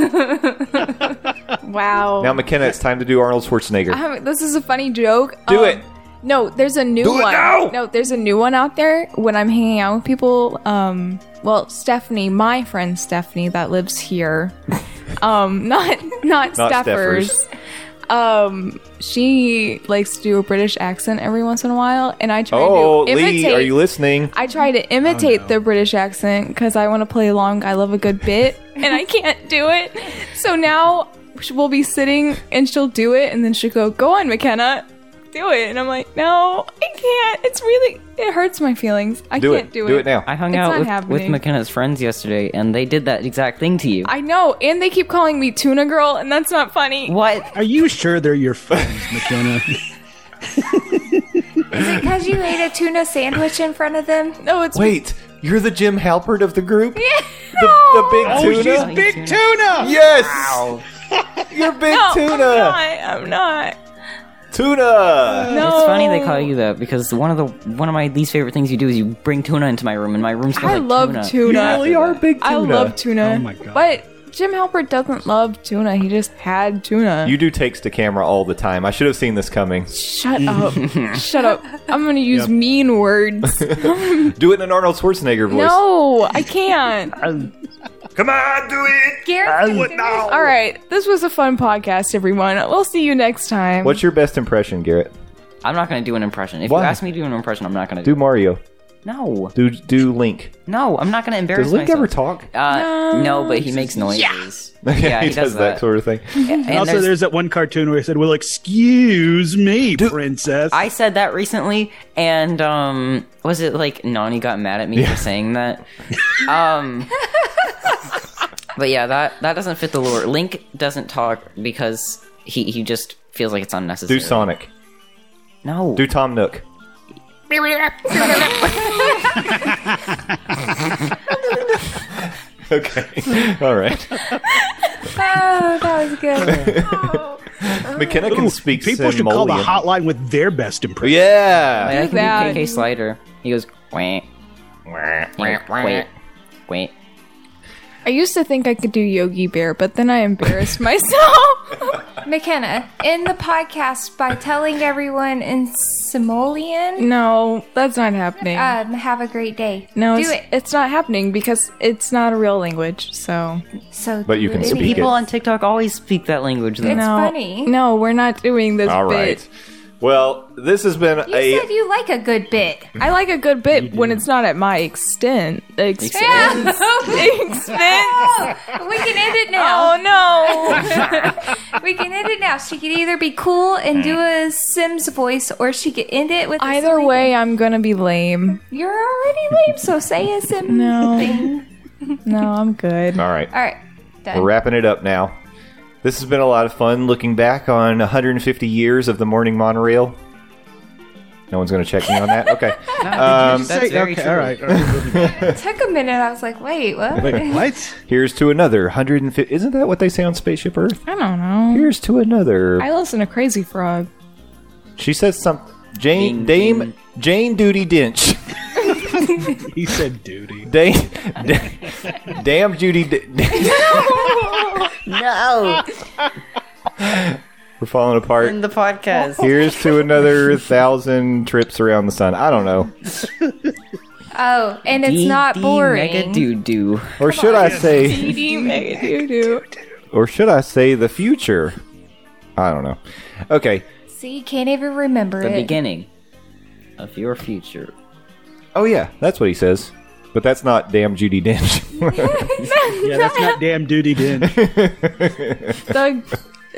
[SPEAKER 6] Wow.
[SPEAKER 3] now McKenna, it's time to do Arnold Schwarzenegger.
[SPEAKER 6] Um, this is a funny joke.
[SPEAKER 3] Do
[SPEAKER 6] Um,
[SPEAKER 3] it.
[SPEAKER 6] No, there's a new
[SPEAKER 3] Do it
[SPEAKER 6] one.
[SPEAKER 3] now!
[SPEAKER 6] No, there's a new one out there. When I'm hanging out with people, um, well, Stephanie, my friend Stephanie that lives here, um, not not,
[SPEAKER 3] Not
[SPEAKER 6] Steffers.
[SPEAKER 3] Steffers.
[SPEAKER 6] Um, she likes to do a British accent every once in a while, and I try
[SPEAKER 3] oh,
[SPEAKER 6] to
[SPEAKER 3] Lee,
[SPEAKER 6] imitate.
[SPEAKER 3] are you listening?
[SPEAKER 6] I try to imitate
[SPEAKER 3] Oh,
[SPEAKER 6] the British accent because I want to play along. I love a good bit, and I can't do it. So now sh- we'll be sitting, and she'll do it, and then she'll go, "Go on, McKenna, do it." And I'm like, "No, I can't. It's really it hurts my feelings. I
[SPEAKER 3] Do
[SPEAKER 6] can't
[SPEAKER 3] it.
[SPEAKER 6] do it.
[SPEAKER 3] Do it now.
[SPEAKER 4] I hung
[SPEAKER 6] It's not
[SPEAKER 4] out with, with
[SPEAKER 6] happening.
[SPEAKER 4] McKenna's friends yesterday, and they did that exact thing to you.
[SPEAKER 6] I know, and they keep calling me tuna girl, and that's not funny.
[SPEAKER 4] what?
[SPEAKER 7] Are you sure they're your friends, McKenna?
[SPEAKER 5] Because you ate a tuna sandwich in front of them.
[SPEAKER 6] No, it's
[SPEAKER 3] Wait, you're the Jim Halpert of the group? The, the big
[SPEAKER 7] oh,
[SPEAKER 3] tuna?
[SPEAKER 7] she's Big Tuna.
[SPEAKER 3] Yes! You're big
[SPEAKER 6] no, I'm
[SPEAKER 3] tuna!
[SPEAKER 6] not. I'm not.
[SPEAKER 3] Tuna!
[SPEAKER 6] No,
[SPEAKER 4] It's funny they call you that because one of the one of my least favorite things you do is you bring tuna into my room, and my room smells
[SPEAKER 6] I
[SPEAKER 4] like
[SPEAKER 6] love
[SPEAKER 4] tuna.
[SPEAKER 3] You
[SPEAKER 6] tuna.
[SPEAKER 3] really are big tuna.
[SPEAKER 6] I love tuna.
[SPEAKER 7] Oh my God.
[SPEAKER 6] But Jim Halpert doesn't love tuna. He just had tuna.
[SPEAKER 3] You do takes to camera all the time. I should have seen this coming.
[SPEAKER 6] Shut up. Shut up. I'm going to use mean words.
[SPEAKER 3] Do it in an Arnold Schwarzenegger voice.
[SPEAKER 6] no, I can't.
[SPEAKER 3] Come on, do it!
[SPEAKER 5] Gareth, went now.
[SPEAKER 6] All right. This was a fun podcast, everyone. We'll see you next time.
[SPEAKER 3] What's your best impression, Garrett?
[SPEAKER 4] I'm not gonna do an impression. If
[SPEAKER 3] Why?
[SPEAKER 4] you ask me to do an impression, I'm not gonna do.
[SPEAKER 3] Do Mario.
[SPEAKER 4] No,
[SPEAKER 3] Do do Link.
[SPEAKER 4] no, I'm not gonna embarrass
[SPEAKER 3] Does Link
[SPEAKER 4] myself.
[SPEAKER 3] ever talk?
[SPEAKER 4] Uh, no, but he makes noises. Yeah,
[SPEAKER 3] he, does, that sort of thing.
[SPEAKER 4] And
[SPEAKER 7] also,
[SPEAKER 4] there's-
[SPEAKER 7] there's that one cartoon where he said, "Well, excuse me, princess."
[SPEAKER 4] I said that recently, and um, was it like Nani got mad at me for saying that? um, but yeah, that that doesn't fit the lore. Link doesn't talk because he he just feels like it's unnecessary.
[SPEAKER 3] Do Sonic.
[SPEAKER 4] No,
[SPEAKER 3] Do Tom Nook. Okay. All right.
[SPEAKER 5] Oh, that was good.
[SPEAKER 3] McKenna can
[SPEAKER 7] Ooh,
[SPEAKER 3] speak
[SPEAKER 7] people should call the
[SPEAKER 3] Simoleon.
[SPEAKER 7] hotline with their best impression.
[SPEAKER 3] Yeah.
[SPEAKER 4] I
[SPEAKER 6] Do
[SPEAKER 4] can
[SPEAKER 6] that.
[SPEAKER 4] do KK Slider. He goes wait, wait, wait, wait.
[SPEAKER 6] I used to think I could do Yogi Bear, but then I embarrassed myself.
[SPEAKER 5] McKenna, in the podcast by telling everyone in Simoleon,
[SPEAKER 6] no, that's not happening.
[SPEAKER 5] um, have a great day.
[SPEAKER 6] no,
[SPEAKER 5] do
[SPEAKER 6] it's,
[SPEAKER 5] it.
[SPEAKER 6] it's not happening because it's not a real language. So
[SPEAKER 5] So,
[SPEAKER 3] But you
[SPEAKER 5] do
[SPEAKER 3] can
[SPEAKER 5] it
[SPEAKER 3] speak
[SPEAKER 5] anyway.
[SPEAKER 4] People
[SPEAKER 3] it.
[SPEAKER 4] on TikTok always speak that language. Though.
[SPEAKER 5] It's
[SPEAKER 6] no,
[SPEAKER 5] funny.
[SPEAKER 6] no, we're not doing this.
[SPEAKER 3] All
[SPEAKER 6] bit.
[SPEAKER 3] right. Well, this has been
[SPEAKER 5] You
[SPEAKER 3] a
[SPEAKER 5] said you like a good bit.
[SPEAKER 6] I like a good bit when it's not at my extent. Expense.
[SPEAKER 3] Mm.
[SPEAKER 6] expense.
[SPEAKER 5] We can end it now.
[SPEAKER 6] Oh no.
[SPEAKER 5] We can end it now. She could either be cool and do
[SPEAKER 3] Mm.
[SPEAKER 5] a Sims voice, or she could end it with a
[SPEAKER 6] Either
[SPEAKER 5] Simoleon.
[SPEAKER 6] way, I'm gonna be lame.
[SPEAKER 5] You're already lame, so say a Sim
[SPEAKER 6] No.
[SPEAKER 5] thing.
[SPEAKER 6] No, I'm good.
[SPEAKER 3] All right.
[SPEAKER 5] All right, done.
[SPEAKER 3] We're wrapping it up now. This has been a lot of fun looking back on 150 years of the morning monorail. No one's going to check me on that. Okay. Um,
[SPEAKER 4] That's very
[SPEAKER 7] okay,
[SPEAKER 4] true.
[SPEAKER 7] all right. All right.
[SPEAKER 5] It took a minute. I was like, wait, what?
[SPEAKER 7] Wait, what?
[SPEAKER 3] here's to another 150. Isn't that what they say on Spaceship Earth?
[SPEAKER 6] I don't know.
[SPEAKER 3] Here's to another.
[SPEAKER 6] I listen to Crazy Frog.
[SPEAKER 3] She says something. Jane,
[SPEAKER 4] Ding,
[SPEAKER 3] Dame,
[SPEAKER 4] ding.
[SPEAKER 3] Jane Duty Dench.
[SPEAKER 7] He said duty.
[SPEAKER 3] Dame, damn Judy. D-
[SPEAKER 4] No,
[SPEAKER 3] We're falling apart.
[SPEAKER 4] in the podcast.
[SPEAKER 3] Here's to another thousand trips around the sun. I don't know.
[SPEAKER 5] Oh, and it's
[SPEAKER 4] Dee
[SPEAKER 5] not
[SPEAKER 4] dee
[SPEAKER 5] boring.
[SPEAKER 4] Mega doo doo.
[SPEAKER 3] Or should I say, or should I say the future? I don't know. Okay.
[SPEAKER 5] See, you can't even remember
[SPEAKER 4] The
[SPEAKER 5] it.
[SPEAKER 4] beginning of your future.
[SPEAKER 3] Oh yeah, that's what he says. But that's not damn Judy Dench.
[SPEAKER 7] Yeah, that's not damn duty din.
[SPEAKER 6] Doug.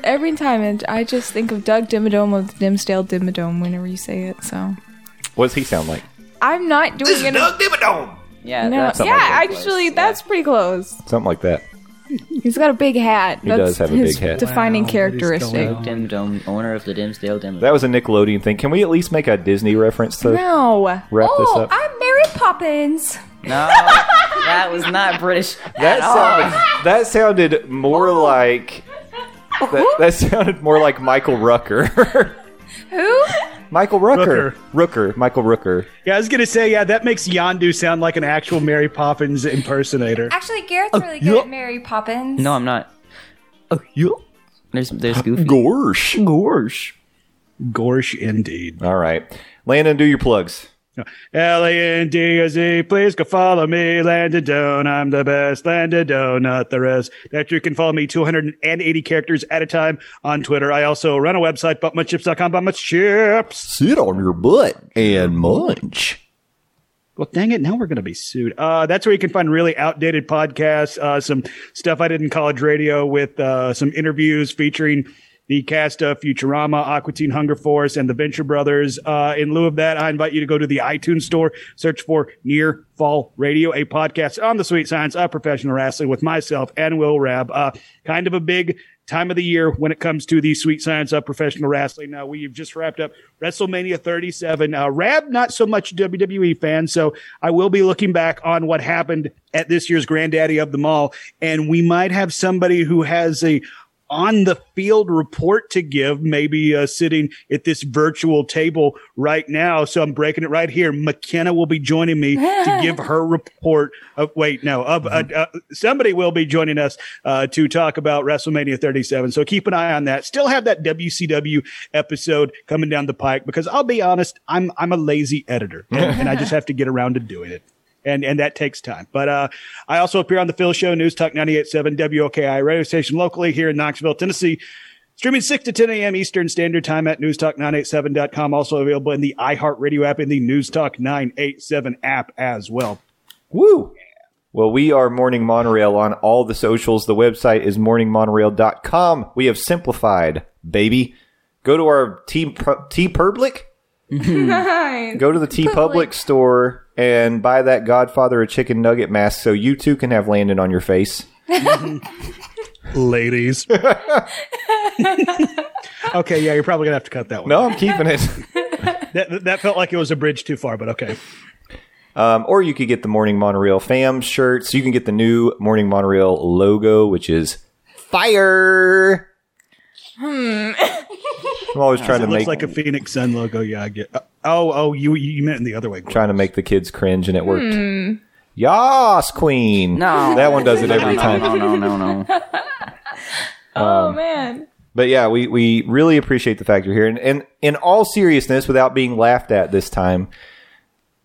[SPEAKER 6] Every time, and I just think of Doug Dimmadome of the Dimsdale Dimmadome whenever you say it. So
[SPEAKER 3] what does he sound like?
[SPEAKER 6] I'm not doing it.
[SPEAKER 3] Dimmadome!
[SPEAKER 4] Yeah,
[SPEAKER 6] No,
[SPEAKER 4] that's
[SPEAKER 6] yeah,
[SPEAKER 4] pretty close.
[SPEAKER 6] actually, that's pretty close.
[SPEAKER 3] Something like that.
[SPEAKER 6] He's got a big hat.
[SPEAKER 3] He
[SPEAKER 6] That's
[SPEAKER 3] does have a
[SPEAKER 6] his
[SPEAKER 3] big hat.
[SPEAKER 6] Defining
[SPEAKER 7] Wow, what is going
[SPEAKER 6] characteristic.
[SPEAKER 7] on?
[SPEAKER 4] Dim Dome, owner of the Dimsdale Dim.
[SPEAKER 3] That was a Nickelodeon thing. Can we at least make a Disney reference to
[SPEAKER 6] No,
[SPEAKER 3] wrap this
[SPEAKER 5] Oh,
[SPEAKER 3] up?
[SPEAKER 5] I'm Mary Poppins.
[SPEAKER 4] no, that was not British.
[SPEAKER 3] that
[SPEAKER 4] at all.
[SPEAKER 3] sounded that sounded more like that, that sounded more like Michael Rucker.
[SPEAKER 5] Who?
[SPEAKER 3] Michael Rucker. Rooker. Michael Rooker.
[SPEAKER 7] Yeah, I was gonna say, yeah, that makes Yandu sound like an actual Mary Poppins impersonator.
[SPEAKER 5] Actually,
[SPEAKER 7] Oh,
[SPEAKER 5] Garrett's really
[SPEAKER 3] yeah.
[SPEAKER 5] good at Mary Poppins.
[SPEAKER 4] No, I'm not.
[SPEAKER 3] Oh, you
[SPEAKER 4] There's there's Goofy.
[SPEAKER 3] gorsh. Gorsh.
[SPEAKER 7] Gorsh indeed.
[SPEAKER 3] All right. Landon, do your plugs.
[SPEAKER 7] L A N D O Z, please go follow me, Landon Doan. I'm the best, Landon Doan, not the rest. That you can follow me 280 characters at a time on Twitter. I also run a website, buttmuchchips.com, buttmuchchips.
[SPEAKER 3] Sit on your butt and munch.
[SPEAKER 7] Well, dang it! Now we're going to be sued. Uh, that's where you can find really outdated podcasts, uh, some stuff I did in college radio with uh, some interviews featuring the cast of Futurama, Aqua Teen Hunger Force, and the Venture Brothers. Uh, in lieu of that, I invite you to go to the iTunes store, search for Near Fall Radio, a podcast on the sweet science of professional wrestling with myself and Will Rabb. Uh, kind of a big time of the year when it comes to the sweet science of professional wrestling. Now we've just wrapped up WrestleMania 37. Uh, Rab, not so much WWE fan, so I will be looking back on what happened at this year's Granddaddy of them all, and we might have somebody who has a on the field report to give, maybe uh, sitting at this virtual table right now. So I'm breaking it right here. McKenna will be joining me to give her report. Of, wait, no, of, uh, uh, somebody will be joining us uh, to talk about WrestleMania 37. So keep an eye on that. Still have that WCW episode coming down the pike because I'll be honest, I'm I'm a lazy editor and, and I just have to get around to doing it and and that takes time. But uh, I also appear on the Phil Show, News Talk 98.7 WOKI radio station locally here in Knoxville, Tennessee. Streaming 6 to 10 a.m. Eastern Standard Time at newstalk987.com. Also available in the iHeartRadio app and the Newstalk 987 app as well.
[SPEAKER 3] Woo! Well, we are Morning Monorail on all the socials. The website is morningmonorail.com. We have simplified, baby. Go to our T Pro- T Public. Go to the T Public store and buy that Godfather a chicken nugget mask so you too can have Landon on your face.
[SPEAKER 7] Ladies. okay, yeah, you're probably going to have to cut that one.
[SPEAKER 3] No, I'm keeping it.
[SPEAKER 7] That, that felt like it was a bridge too far, but okay.
[SPEAKER 3] Um, or you could get the Morning Monorail fam shirts. You can get the new Morning Monorail logo, which is fire. I'm always trying to
[SPEAKER 7] Hmm. It looks
[SPEAKER 3] make
[SPEAKER 7] like a Phoenix Sun logo. Yeah, I get. Oh, oh, you you meant in the other way.
[SPEAKER 3] trying to make the kids cringe, and it worked.
[SPEAKER 7] Hmm.
[SPEAKER 3] Yas, Queen.
[SPEAKER 4] No.
[SPEAKER 3] that one does it
[SPEAKER 4] No,
[SPEAKER 3] every
[SPEAKER 4] no,
[SPEAKER 3] time.
[SPEAKER 4] no, no, no, no.
[SPEAKER 6] oh man.
[SPEAKER 3] But yeah, we we really appreciate the fact you're here, and, and in all seriousness, without being laughed at this time.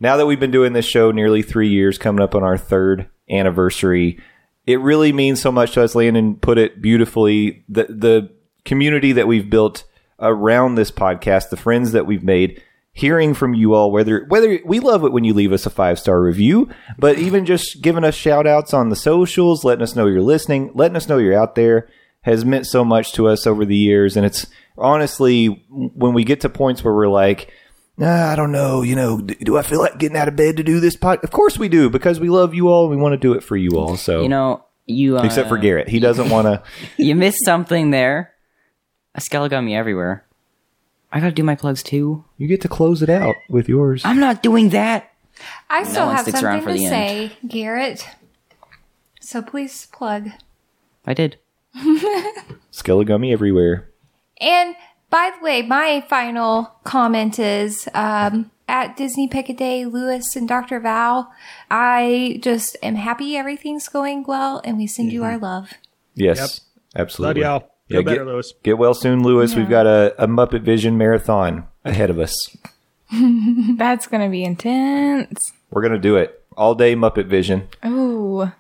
[SPEAKER 3] Now that we've been doing this show nearly three years, coming up on our third anniversary, it really means so much to us. Landon put it beautifully. The the community that we've built around this podcast, the friends that we've made, hearing from you all, whether whether we love it when you leave us a five star review, but even just giving us shout outs on the socials, letting us know you're listening, letting us know you're out there has meant so much to us over the years. And it's honestly when we get to points where we're like, Nah, I don't know. You know, do, do I feel like getting out of bed to do this pod? Of course we do because we love you all. and We want to do it for you all. So
[SPEAKER 4] You know, you uh,
[SPEAKER 3] except for Garrett, he doesn't want to.
[SPEAKER 4] you missed something there. Escala got me everywhere. I gotta do my plugs too.
[SPEAKER 3] You get to close it out with yours.
[SPEAKER 4] I'm not doing that.
[SPEAKER 5] I still
[SPEAKER 4] one
[SPEAKER 5] have
[SPEAKER 4] sticks around
[SPEAKER 5] something
[SPEAKER 4] for
[SPEAKER 5] to
[SPEAKER 4] the
[SPEAKER 5] say, Garrett. So please plug.
[SPEAKER 4] I did.
[SPEAKER 3] Skellagummy everywhere.
[SPEAKER 5] And by the way, my final comment is um, at Disney Pick a Day, Lewis and Dr. Val. I just am happy everything's going well, and we send you our love.
[SPEAKER 3] Yes,
[SPEAKER 7] Love
[SPEAKER 3] absolutely.
[SPEAKER 7] y'all.
[SPEAKER 3] Yeah,
[SPEAKER 7] Feel better,
[SPEAKER 3] get-
[SPEAKER 7] Lewis.
[SPEAKER 3] Get well soon, Lewis. We've got a, a Muppet Vision marathon ahead of us.
[SPEAKER 6] That's going to be intense.
[SPEAKER 3] We're gonna do it all day. Muppet Vision.
[SPEAKER 6] Ooh.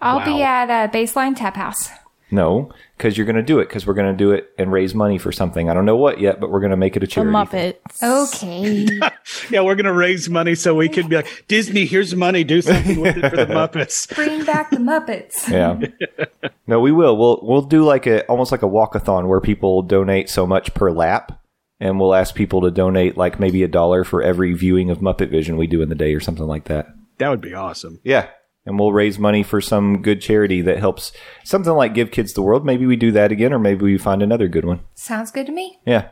[SPEAKER 5] I'll be at uh, Baseline Tap House.
[SPEAKER 3] No, because you're going to do it because we're going to do it and raise money for something. I don't know what yet, but we're going to make it a
[SPEAKER 6] The
[SPEAKER 3] charity.
[SPEAKER 6] Muppets.
[SPEAKER 5] Okay.
[SPEAKER 7] Yeah, we're gonna raise money so we can be like Disney. Here's money. Do something with it for the Muppets.
[SPEAKER 5] Bring back the Muppets.
[SPEAKER 3] Yeah. no, we will. We'll we'll do like a almost like a walkathon where people donate so much per lap, and we'll ask people to donate like maybe a dollar for every viewing of Muppet Vision we do in the day or something like that.
[SPEAKER 7] That would be awesome.
[SPEAKER 3] Yeah. And we'll raise money for some good charity that helps something like Give Kids the World. Maybe we do that again, or maybe we find another good one.
[SPEAKER 5] Sounds good to me.
[SPEAKER 3] Yeah.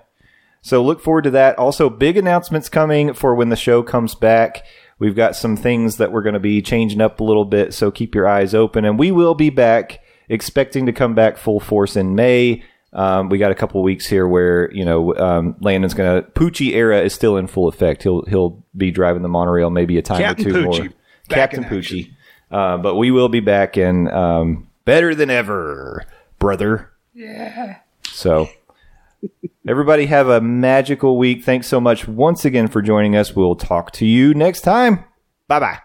[SPEAKER 3] So look forward to that. Also, big announcements coming for when the show comes back. We've got some things that we're going to be changing up a little bit, so keep your eyes open. And we will be back, expecting to come back full force in May. Um, we got a couple weeks here where you know um, Landon's going to Poochie era is still in full effect. He'll he'll be driving the monorail maybe a time
[SPEAKER 7] Captain
[SPEAKER 3] or two
[SPEAKER 7] Poochie,
[SPEAKER 3] more.
[SPEAKER 7] back
[SPEAKER 3] Captain
[SPEAKER 7] in action.
[SPEAKER 3] Poochie, uh, but we will be back and um, better than ever, brother. Yeah. So. Everybody have a magical week. Thanks so much once again for joining us. We'll talk to you next time. Bye bye.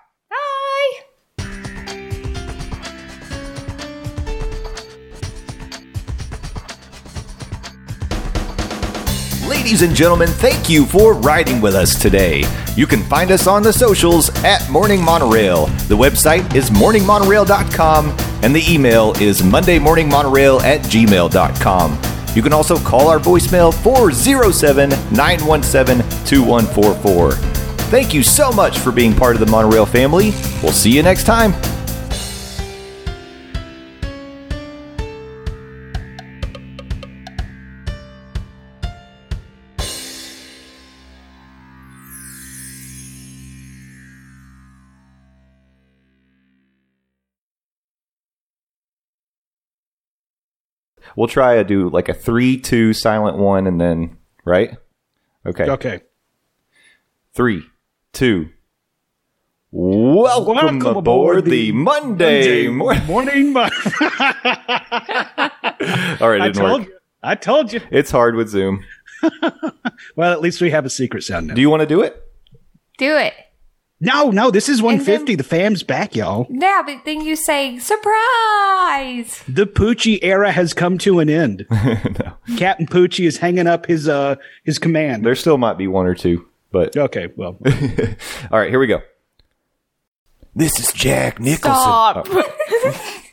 [SPEAKER 3] Ladies and gentlemen, thank you for riding with us today. You can find us on the socials at Morning Monorail. The website is morningmonorail.com and the email is mondaymorningmonorail at gmail.com. You can also call our voicemail 407 917 2144. Thank you so much for being part of the Monorail family. We'll see you next time. We'll try to do like a 3 2 silent one and then, right? Okay.
[SPEAKER 7] Okay.
[SPEAKER 3] three, two. Welcome,
[SPEAKER 7] Welcome
[SPEAKER 3] aboard,
[SPEAKER 7] aboard
[SPEAKER 3] the
[SPEAKER 7] the
[SPEAKER 3] Monday, morning.
[SPEAKER 7] morning. Mar-
[SPEAKER 3] All right,
[SPEAKER 7] I
[SPEAKER 3] it didn't
[SPEAKER 7] told
[SPEAKER 3] work.
[SPEAKER 7] you. I told you.
[SPEAKER 3] It's hard with Zoom.
[SPEAKER 7] Well, at least we have a secret sound now.
[SPEAKER 3] Do you want to do it?
[SPEAKER 5] Do it.
[SPEAKER 7] no, no, this is 150.
[SPEAKER 5] then-
[SPEAKER 7] the fam's back, y'all.
[SPEAKER 5] Yeah, but then you say, surprise!
[SPEAKER 7] The Poochie era has come to an end. Captain Poochie is hanging up his uh his command.
[SPEAKER 3] There still might be one or two, but
[SPEAKER 7] okay, well,
[SPEAKER 3] all right, here we go. This is Jack Nicholson.
[SPEAKER 5] Stop.
[SPEAKER 3] Oh.